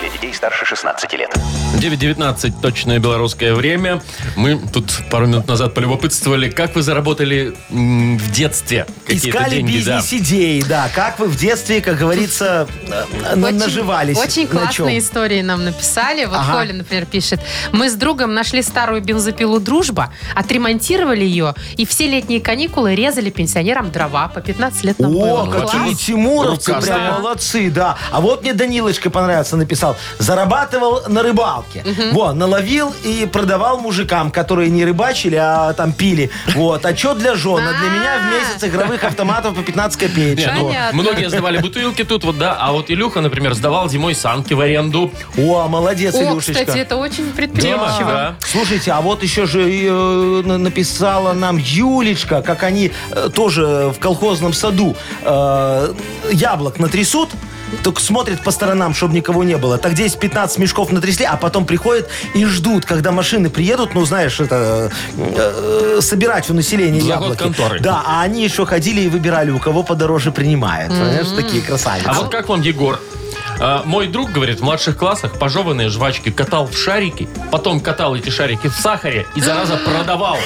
Для детей старше 16 лет.
9.19, точное белорусское время. Мы тут пару минут назад полюбопытствовали, как вы заработали м, в детстве какие-то
Искали
деньги. да.
бизнес-идеи, да. Как вы в детстве, как говорится, э, э,
Очень-
наживались.
Очень
На чем?
классные истории нам написали. Вот
Ага.
Коля, например, пишет. Мы с другом нашли старую бензопилу «Дружба», отремонтировали ее и все летние каникулы резали пенсионерам дрова по 15 лет нам было.
О, какие
Класс.
тимуровцы,
Рукастые.
прям молодцы, да. А вот мне Данилочка понравился, написал. Зарабатывал на рыбалке. Во, наловил и продавал мужикам, которые не рыбачили, а там пили. Вот, а что для жен? А для меня в месяц игровых автоматов по 15
Не,
копеек.
ну,
Понятно.
многие сдавали бутылки тут, вот да. А вот Илюха, например, сдавал зимой санки в аренду.
О, молодец,
О,
Илюшечка.
кстати, это очень
Тема,
предприимчиво.
да.
Слушайте, а вот еще же и, э, на- написала нам Юлечка, как они э, тоже в колхозном саду э, яблок натрясут, только смотрят по сторонам, чтобы никого не было. Так 10-15 мешков натрясли, а потом приходят и ждут, когда машины приедут, ну, знаешь, это... э, э, собирать у населения
В заход
яблоки.
конторы.
Да, а они еще ходили и выбирали, у кого подороже принимает. Понимаешь, такие красавицы.
А вот как вам, Егор? А, мой друг, говорит, в младших классах пожеванные жвачки катал в шарики, потом катал эти шарики в сахаре и, зараза, продавал.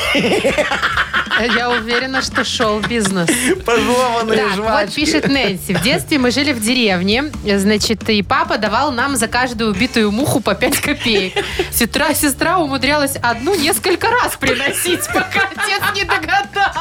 Я уверена, что шоу-бизнес.
Пожеванные
Так,
жвачки.
вот пишет Нэнси. В детстве мы жили в деревне, значит, и папа давал нам за каждую убитую муху по 5 копеек. Сестра, сестра умудрялась одну несколько раз приносить, пока отец не догадался.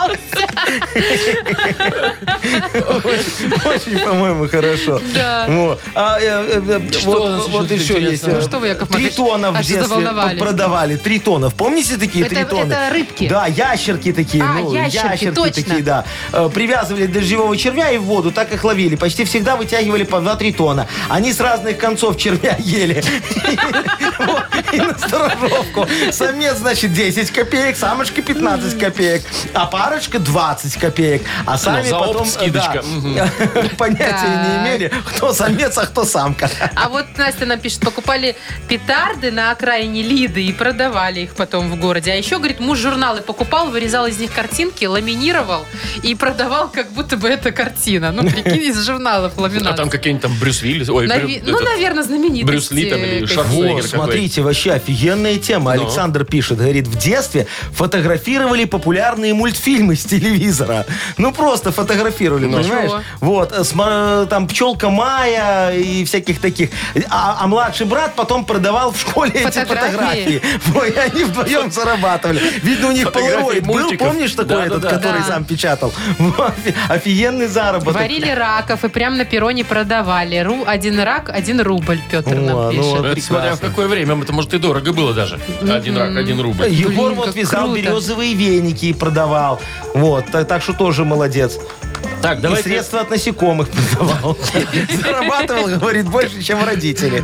Очень, по-моему, хорошо.
Да.
Вот. А, э, э, э,
Что у нас
Вот вот
еще
еще есть.
интересного?
э,
Ну что вы, Яков
Три
Маркович,
тона в
аж
детстве
заволновались.
продавали. Три тонов. Помните такие
Это-
три тона?
это рыбки.
Да, ящерки такие.
А,
ну,
ящерки, точно.
такие, да. Э, Привязывали дождевого червя и в воду, так их ловили. Почти всегда вытягивали по 2-3 тона. Они с разных концов червя ели. Вот, И на сторожовку. Самец, значит, 10 копеек, самочка 15 копеек, а парочка 20 копеек. А сами
Ну, за
потом
опт Скидочка. Мгм.
Понятия не имели, кто самец, а кто самка.
А вот Настя нам пишет, покупали петарды на окраине Лиды и продавали их потом в городе. А еще, говорит, муж журналы покупал, вырезал из них картинки, ламинировал и продавал, как будто бы это картина. Ну, прикинь, из журналов
А
ламинат.
там какие-нибудь там Брюс Виллис. Ой,
Нави-
Брю-
Ну,
этот-
наверное, знаменитости.
Брюс Ли там или
какие-то.
Шварценеггер.
Во,
какой.
смотрите, вообще офигенная тема.
Ну.
Александр пишет, говорит, в детстве фотографировали популярные мультфильмы с телевизора. Ну, просто фотографировали,
Ну.
понимаешь?
Чего?
Вот, э, сма- э, там «Пчелка Майя» и всяких таких. А, а младший брат потом продавал в школе эти
Фотографии.
фотографии. Во, и они вдвоем зарабатывали. Видно, у них
Фотографии
полароид был,
мультиков.
помнишь такой
Да-да-да.
этот, который
Да.
сам печатал? Во, Офигенный заработок.
Варили раков и прям на перроне продавали. Ру, один рак, один рубль, Петр
О, ну
нам пишет.
вот.
Это смотря в
Прекрасно.
какое время. Это, может, и дорого было даже. Один рак, один рубль.
Егор
Блин,
вот
как
вязал
круто.
березовые веники и продавал. Вот, так, так что тоже молодец.
Так,
И
давайте...
средства от насекомых продавал. Зарабатывал, говорит, больше, чем родители.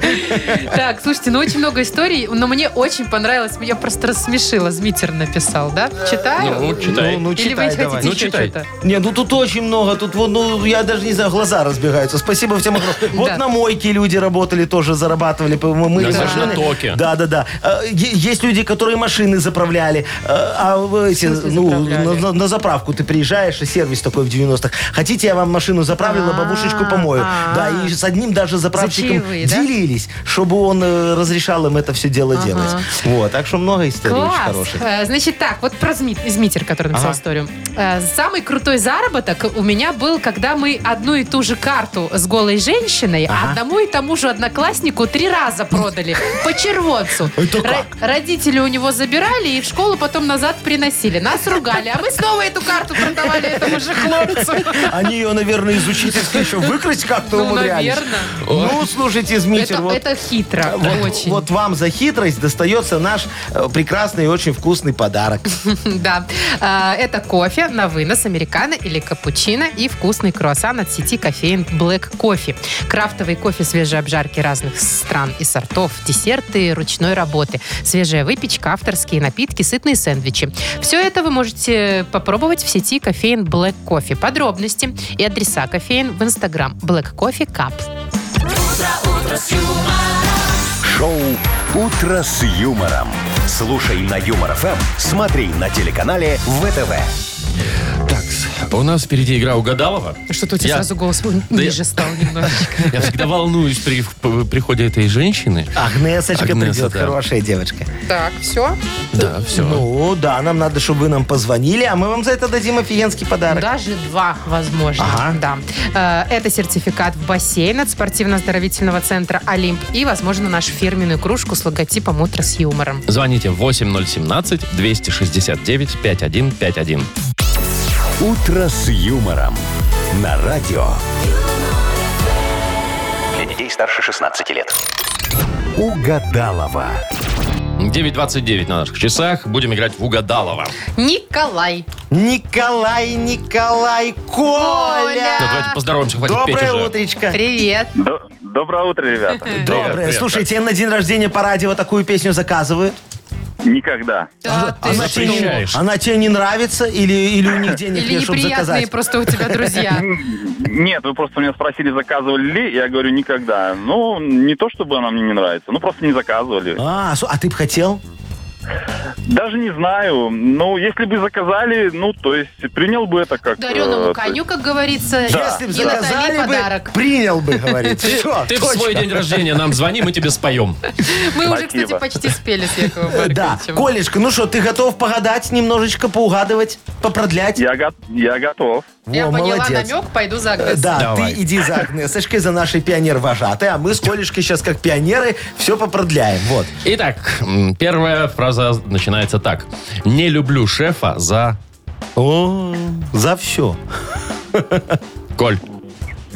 Так, слушайте, ну очень много историй, но мне очень понравилось. Я просто рассмешила. Змитер написал, да? Читаю?
Ну, читай.
Ну, ну,
Или вы
читай
хотите
давай.
Ну,
еще
читай.
что-то?
Не, ну тут очень много, тут вот, ну, я даже не знаю, глаза разбегаются. Спасибо всем огромное.
Да.
Вот на мойке люди работали, тоже зарабатывали, по-моему, мыли
Да,
машины.
на токе.
Да, да, да. Э, е- Есть люди, которые машины заправляли, э, а вы эти,
смысле
ну,
заправляли?
на, на- на заправку ты приезжаешь, и сервис такой в 90-х. Хотите, я вам машину заправила,
А,
бабушечку помою.
А-а.
Да, и с одним даже заправщиком
а. чаевые, да?
делились, чтобы он э, разрешал им это все дело делать. Вот, так что много историй очень
Класс.
хороших.
Э, Значит так, вот про Змит, Змитер, который написал
Ага.
историю. Э, Самый крутой заработок у меня был, когда мы одну и ту же карту с голой женщиной а одному и тому же однокласснику три раза продали по червонцу.
Это
Ро- Родители у него забирали и в школу потом назад приносили. Нас ругали, а мы снова эту карту продавали этому же хлопцу.
Они ее, наверное, из учительской еще выкрасть как-то
Ну,
умудрялись.
наверно.
Ну, слушайте, Змитер,
Это
вот... а,
это хитро, очень.
вот вам за хитрость достается наш э, прекрасный и очень вкусный подарок.
Да. А, Это кофе на вынос, американо или капучино и вкусный круассан от сети кофеин Black Coffee. Крафтовый кофе свежей обжарки разных стран и сортов, десерты ручной работы, свежая выпечка, авторские напитки, сытные сэндвичи. Все это вы можете попробовать в сети кофеин Black Coffee. Подробности и адреса кофеин в инстаграм Black Coffee Cup.
Шоу «Утро с юмором». Слушай на Юмор ФМ, смотри на телеканале ВТВ.
Так, у нас впереди игра угадалова.
Что-то у тебя
Я-
сразу голос ниже стал немножечко.
Я всегда волнуюсь при в- приходе этой женщины.
ну,
Агнесочка
Агнеса,
придет,
да.
хорошая девочка.
Так, все?
Да, все.
Ну, да, нам надо, чтобы вы нам позвонили, а мы вам за это дадим офигенский подарок.
Даже два, возможно.
Ага.
Да. Э, Это сертификат в бассейн от спортивно-оздоровительного центра «Олимп» и, возможно, нашу фирменную кружку с логотипом «Утро с юмором».
Звоните 8017-269-5151.
«Утро с юмором» на радио.
Для детей старше 16 лет.
Угадалова.
9.29 на наших часах. Будем играть в угадалова.
Николай.
Николай, Николай, Коля!
Ну, давайте поздороваемся, хватит петь
А, Доброе
уже.
утречко.
Привет.
До- Доброе утро, ребята.
Доброе.
привет,
Слушайте, на день рождения по радио такую песню заказывают.
Никогда.
А
Да, ты
она, тебе не,
запрещаешь?
она тебе не нравится или, или у них денег
Или
нет, чтобы
неприятные
заказать?
просто у тебя друзья.
Нет, вы просто меня спросили, заказывали ли. Я говорю, никогда. Ну, не то, чтобы она мне не нравится. Ну, просто не заказывали.
А, су- а ты бы хотел?
Даже не знаю. Ну, если бы заказали, ну, то есть принял бы это как...
Дареному
э, то есть-
коню, как говорится,
Если бы
и Натали
заказали
подарок.
бы, принял бы, говорит. Всё,
Ты в
точка.
свой день рождения нам звони, мы тебе споем.
Мы уже, кстати,
Спасибо.
почти спели с Яковом
Да.
Марковичем.
Колешка, ну что, ты готов погадать, немножечко поугадывать, попродлять?
Я, го- я готов.
Я
Во,
поняла
молодец. Э,
намек, пойду за Агнес.
Да,
Давай.
ты иди за Агнесочкой, за нашей пионер-вожатой, а мы с Колешкой сейчас как пионеры все попродляем. Вот.
Итак, м, первая фраза начинается так. Не люблю шефа за...
О, за все.
Коль.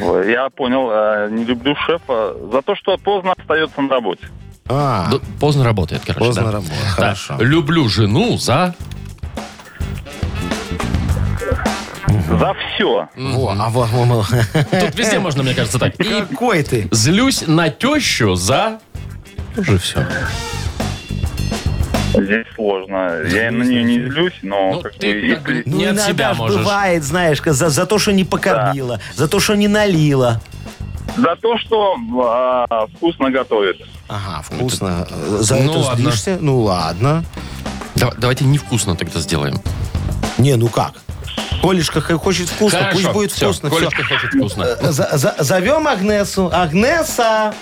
Ой, Я понял. э, Не люблю шефа за то, что поздно остается на работе.
А,
Д- Поздно работает, короче.
поздно
да.
работает.
Да.
Хорошо.
Люблю жену за...
За все.
Во, а во, во, во.
Тут везде можно, мне кажется, так. И
Какой ты?
злюсь на тещу за... Уже все.
Здесь сложно. Я на нее не злюсь, но
Ну,
как бы,
ты как бы
если...
не от
Ну, иногда
себя
ж
можешь.
бывает, знаешь, за, за то, что не покормила, за то, что не налила.
Ну,
За то, что а, вкусно готовит.
Ага, вкусно. Э, За
Ну
это
ладно.
злишься? Ну ладно.
Да- давайте невкусно тогда сделаем.
Не, ну как? Колешка хо- хочет вкусно, пусть будет
всё,
вкусно. всё.
Колечка хочет вкусно.
Э, за- за- зовем Агнесу. Агнеса,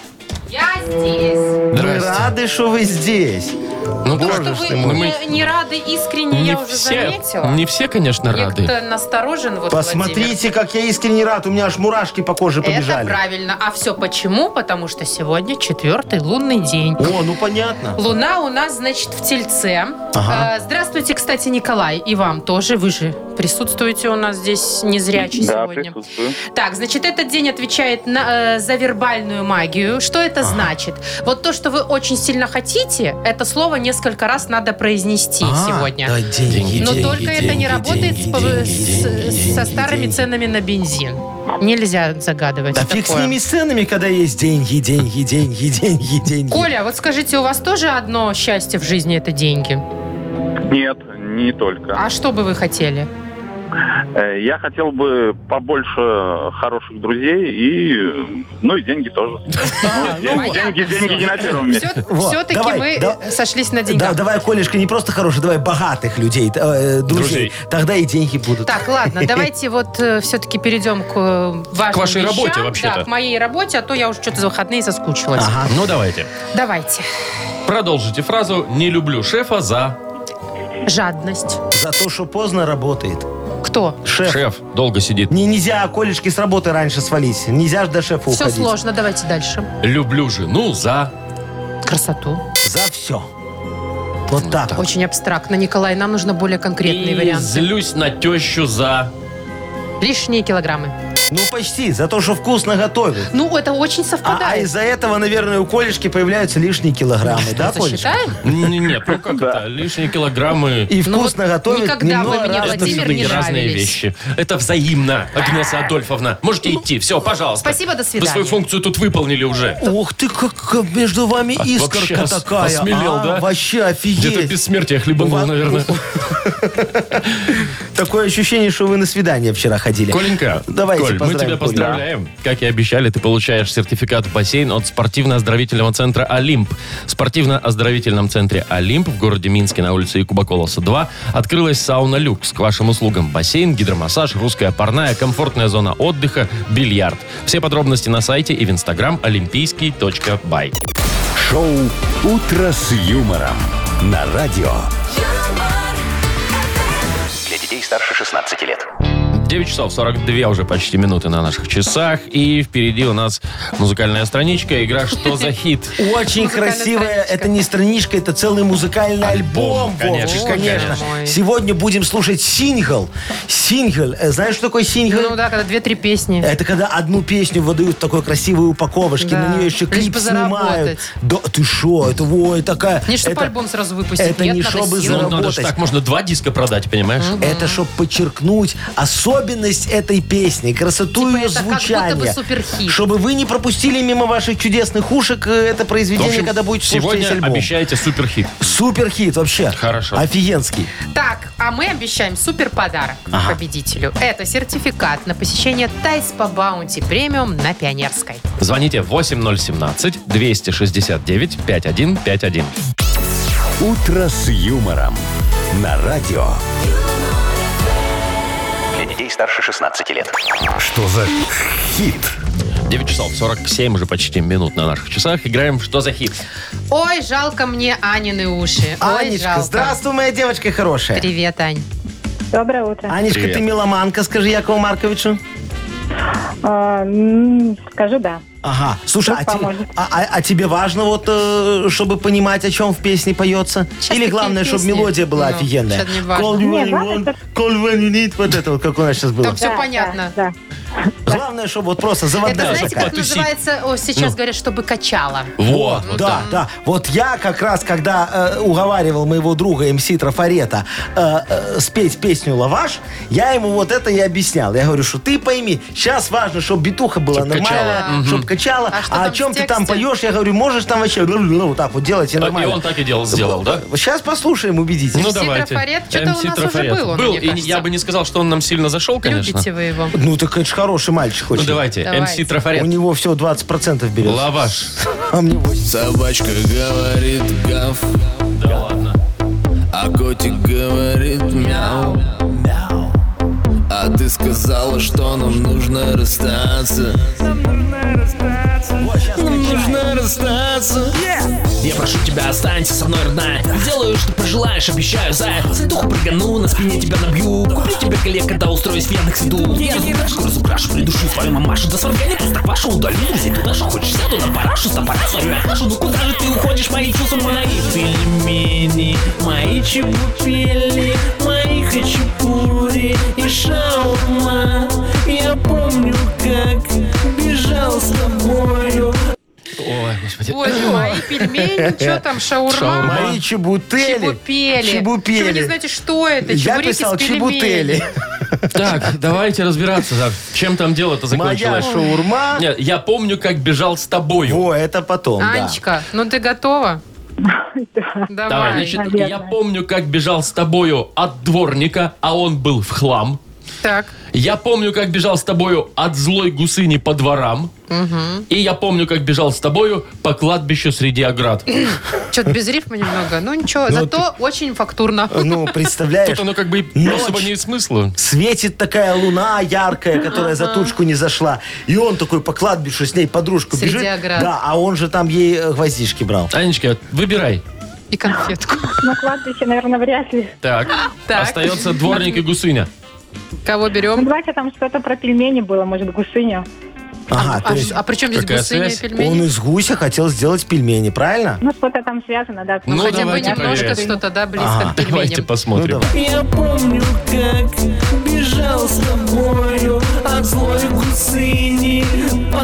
Я здесь.
мы
Здрасте.
рады, что вы здесь.
Ну,
То,
боже
что
ж
вы
ты мой. Мы
не, не рады искренне,
не
я уже
все,
заметила.
не все, конечно, рады.
Некто насторожен, вот Владимир.
Посмотрите, как я искренне рад, у меня аж мурашки по коже
Это
побежали.
правильно. А все почему? Потому что сегодня четвертый лунный день.
О, ну понятно.
Луна у нас, значит, в Тельце.
Ага.
Э, Здравствуйте, кстати, Николай, и вам тоже. Вы же присутствуете у нас здесь не зрячий
Да,
сегодня.
присутствую.
Так, значит, этот день отвечает на, э, за вербальную магию. Что это значит? Вот то, что вы очень сильно хотите, это слово несколько раз надо произнести
А,
сегодня.
да, деньги,
Но
деньги,
только это
деньги,
не работает
деньги,
с пов-
деньги,
с-
деньги,
с- со
деньги,
старыми
деньги.
ценами на бензин. Нельзя загадывать
Да
такое.
фиг с ними с ценами, когда есть деньги, деньги, деньги, деньги, деньги.
Коля, вот скажите, у вас тоже одно счастье в жизни это деньги?
Нет, не только.
А что бы вы хотели?
Э, Я хотел бы побольше хороших друзей и... э, Ну и деньги тоже.
А,
Ну, ден- Деньги, деньги не на первом месте.
Вот,
Все-таки
давай,
мы
да-
э, сошлись на
Да,
деньгах.
давай, Колешка, не просто хороший, давай богатых людей, э, э, друзей.
Друзей.
Тогда и деньги будут.
Так, ладно, давайте вот все-таки перейдем к э, важным
К вашей
вещам.
работе вообще-то.
Да, к моей работе, а то я уже что-то за выходные соскучилась.
Ага.
Ну, давайте.
Давайте.
Продолжите фразу «Не люблю шефа за...»
Жадность.
За то, что поздно работает.
Кто?
Шеф.
Шеф долго сидит.
Не, нельзя Колешке с работы раньше свалить. Нельзя ж до шефа
Все
уходить.
сложно, давайте дальше.
Люблю жену за...
Красоту.
За все.
Ну
Вот так. вот.
Очень абстрактно, Николай, нам нужно более конкретные
И
варианты.
злюсь на тещу за...
Лишние килограммы.
Ну, почти. За то, что вкусно готовит.
Ну, это очень
А, а
совпадает.
из-за этого, наверное, у Колешки появляются лишние килограммы, да, Колешка?
Сосчитаем?
Н- Нет, ну как это? Лишние килограммы...
И
Ну
вкусно
вот
готовит.
никогда
немного
вы мне,
раз на
Это
Владимир,
всю
все-таки
не
жизнь.
разные
нравились.
вещи. Это взаимно, Агнеса Адольфовна. Можете идти. Все, пожалуйста.
Спасибо, до
Вы свою
свидания.
функцию тут выполнили уже.
Ух ты, как как между вами
А, вообще
искорка
ос-
такая.
осмелел,
а,
да?
Вообще
Где-то
офигеть.
бессмертие
У
хлебанул,
вас-
наверное.
Такое ощущение, что вы на свидание вчера ходили.
Коленька,
Давайте
Коль, мы
поздравим
тебя
Колю.
поздравляем. Как и обещали, ты получаешь сертификат в бассейн от спортивно-оздоровительного центра «Олимп». В спортивно-оздоровительном центре «Олимп» в городе Минске на улице Якуба Колоса 2 открылась сауна «Люкс». К вашим услугам бассейн, гидромассаж, русская парная, комфортная зона отдыха, бильярд. Все подробности на сайте и в инстаграм олимпийский.бай.
Шоу «Утро с юмором» на радио.
Для детей старше 16 лет.
9 часов 42 уже почти минуты на наших часах. И впереди у нас музыкальная страничка. Игра «Что за хит?»
Очень
Музыкальная
красивая.
страничка.
Это не страничка, это целый музыкальный альбом.
Альбом, конечно,
Вовчик, конечно.
конечно. Ой.
Сегодня будем слушать сингл. Сингл. Э, Знаешь, что такое сингл?
Ну да, когда две-три песни.
Это когда одну песню выдают в такой красивой упаковочке,
Да.
на нее еще
Лишь
клип
бы заработать.
снимают. Да ты шо, это ой, такая.
Не чтобы
это,
альбом сразу выпустить.
это
Нет,
не
надо
чтобы
силу.
Ну, надо же
работать.
так, можно два диска продать, понимаешь?
это чтобы подчеркнуть особенность этой песни, красоту
Типа
ее
это как
звучания.
будто бы суперхит.
Чтобы вы не пропустили мимо ваших чудесных ушек э, это
В
произведение,
общем,
когда будете слушать
сегодня
весь альбом.
обещаете суперхит.
Суперхит вообще.
Хорошо.
Офигенский.
Так, а мы обещаем супер подарок победителю. Это сертификат на посещение Тайс по Баунти премиум на Пионерской.
Звоните 8017-269-5151.
«Утро с юмором» на радио.
Для детей старше 16 лет.
Что за хит?
9 часов 47 уже почти минут на наших часах. Играем в «Что за хит?»
Ой, жалко мне Анины уши. Ой,
Анечка,
жалко.
здравствуй, моя девочка хорошая.
Привет, Ань.
Доброе утро.
Анечка,
Привет.
ты меломанка, скажи Якову Марковичу.
А, м, скажу да.
Ага. Слушай,
Бог
а, те-
поможет.
а- а- а тебе важно, вот, э, чтобы понимать, о чем в песне поется?
Сейчас
Или
такие
главное, чтобы
песни.
мелодия была
Ну,
офигенная?
сейчас не важно.
when
Не,
you
важно,
want,
как-
call when you need, вот это вот, как у нас сейчас было.
Там все
Да,
понятно.
Да, да.
Главное, чтобы вот просто заводная
Это, знаете,
такая.
как
Потусить.
называется, о, сейчас
Ну.
говорят, чтобы качало.
Вот, вот
да,
так.
да. Вот я как раз, когда э, уговаривал моего друга МС Трафарета э, э, спеть песню «Лаваш», я ему вот это и объяснял. Я говорю, что ты пойми, сейчас важно, чтобы битуха была
Чтоб
нормальная,
качала.
чтобы качала.
А что
А, о
там в
чем ты там
тексте?
поешь? Я говорю, можешь там вообще ну, вот так вот делать и
А, И
нормально.
он так и делал, сделал, да?
Сейчас послушаем, убедитесь.
Ну
MC
давайте.
Трафарет, что-то
MC
у нас уже
Трафарет.
был он,
Был,
мне
и
кажется.
я бы не сказал, что он нам сильно зашел, конечно.
Любите вы его.
Ну, так это же хороший мальчик
Ну
очень.
давайте,
Давайте.
МС Трафарет.
У него всего 20% берет.
Лаваш.
А мне
Собачка говорит гав.
Да ладно.
А котик говорит мяу. А ты сказала, что нам нужно расстаться. Нам нужно расстаться. Я прошу тебя, останься со мной, родная. Сделаю, что пожелаешь, обещаю, зая. Цветуху прыгану, на спине тебя набью. Куплю тебе коллег, когда устроюсь в Яндекс иду. Я разукрашу, разукрашу, придушу свою мамашу. Да сварга не просто пашу, удалю друзей. Туда что хочешь, сяду на парашу, за пора свою отложу. Ну куда же ты уходишь, мои чувства, мои пельмени, мои чебупели, мои хачапури и шаурма. Я помню, как бежал с тобою.
Ой, господи.
Боже, мои ну, а пельмени, что там, шаурма,
Мои чебутели.
чебупели.
Чебупели.
Чё вы не знаете, что это?
Я
Чебуреки
писал
с пельменями.
чебутели.
Так, давайте разбираться, да. Чем там дело-то
Моя
закончилось?
шаурма.
Нет, я помню, как бежал с тобою.
Во, это потом, да.
Анечка, ну ты готова?
Давай,
Давай.
значит,
наверное.
я помню, как бежал с тобою от дворника, а он был в хлам.
Так.
Я помню, как бежал с тобою от злой гусыни по дворам. И я помню, как бежал с тобою по кладбищу среди оград.
Что-то без рифма немного. Ну ничего, зато очень фактурно.
Ну, представляешь,
Тут оно как бы и
Ночь.
особо не и смысла.
светит такая луна яркая, которая за тучку не зашла. И он такой по кладбищу с ней подружку
Среди
бежит.
оград.
Да, а он же там ей э, гвоздички брал.
Анечка, выбирай.
И конфетку.
На кладбище, наверное, вряд ли.
Так.
Так.
Остается дворник и гусыня.
Кого
Ну,
берем?
давайте там что-то про пельмени было, может, гусыню.
Ага,
А,
то есть
ж- а при чем здесь
какая
гусыня и
связь?
он
пельмени?
из гуся хотел сделать пельмени, правильно?
Ну, что-то там связано, да.
Ну,
Хотя бы
давайте
немножко
проверим.
что-то, да, близко
Ага.
Давайте
к пельменям.
Ну,
посмотрим.
давай.
Я помню, как бежал с тобою от злой гусыни по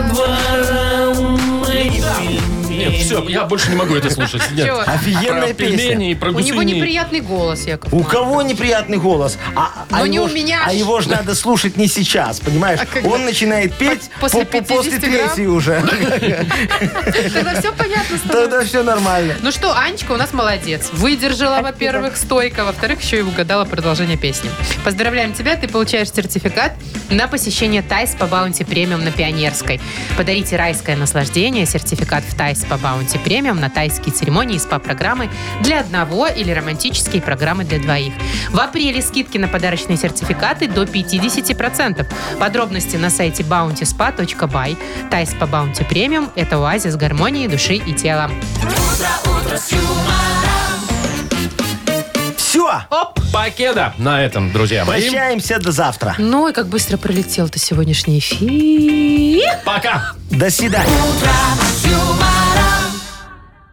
дворам. Мои
Нет, все, я больше не могу это слушать. Нет.
Э, Чего?
А Про
Офигенная песня.
пельмени и про
У него
гусыни.
неприятный голос, Яков.
А У
Маркович.
кого неприятный голос? А, а
Ну, не
его
у
ж-
меня
А
ж.
его же надо слушать не сейчас, понимаешь?
А когда?
Он начинает петь
По- после
по- по-
50 грамм?
третьей уже.
Тогда все понятно становится.
Тогда все нормально.
Ну что, Анечка у нас молодец. Выдержала, во-первых, стойко, во-вторых, еще и угадала продолжение песни. Поздравляем тебя, ты получаешь сертификат на посещение Тайс по Баунти Премиум на Пионерской. Подарите райское наслаждение, сертификат в Тайс по Баунти Премиум на тайские церемонии и СПА-программы для одного или романтические программы для двоих. В апреле скидки на подарочные сертификаты до 50%. Подробности на сайте bountyspa.by. Тайс по Баунти Премиум – это оазис гармонии души и тела.
Все,
Оп, покеда на этом, друзья мои.
прощаемся до завтра.
Ну и как быстро пролетел-то сегодняшний эфир.
Пока.
До свидания.
humor.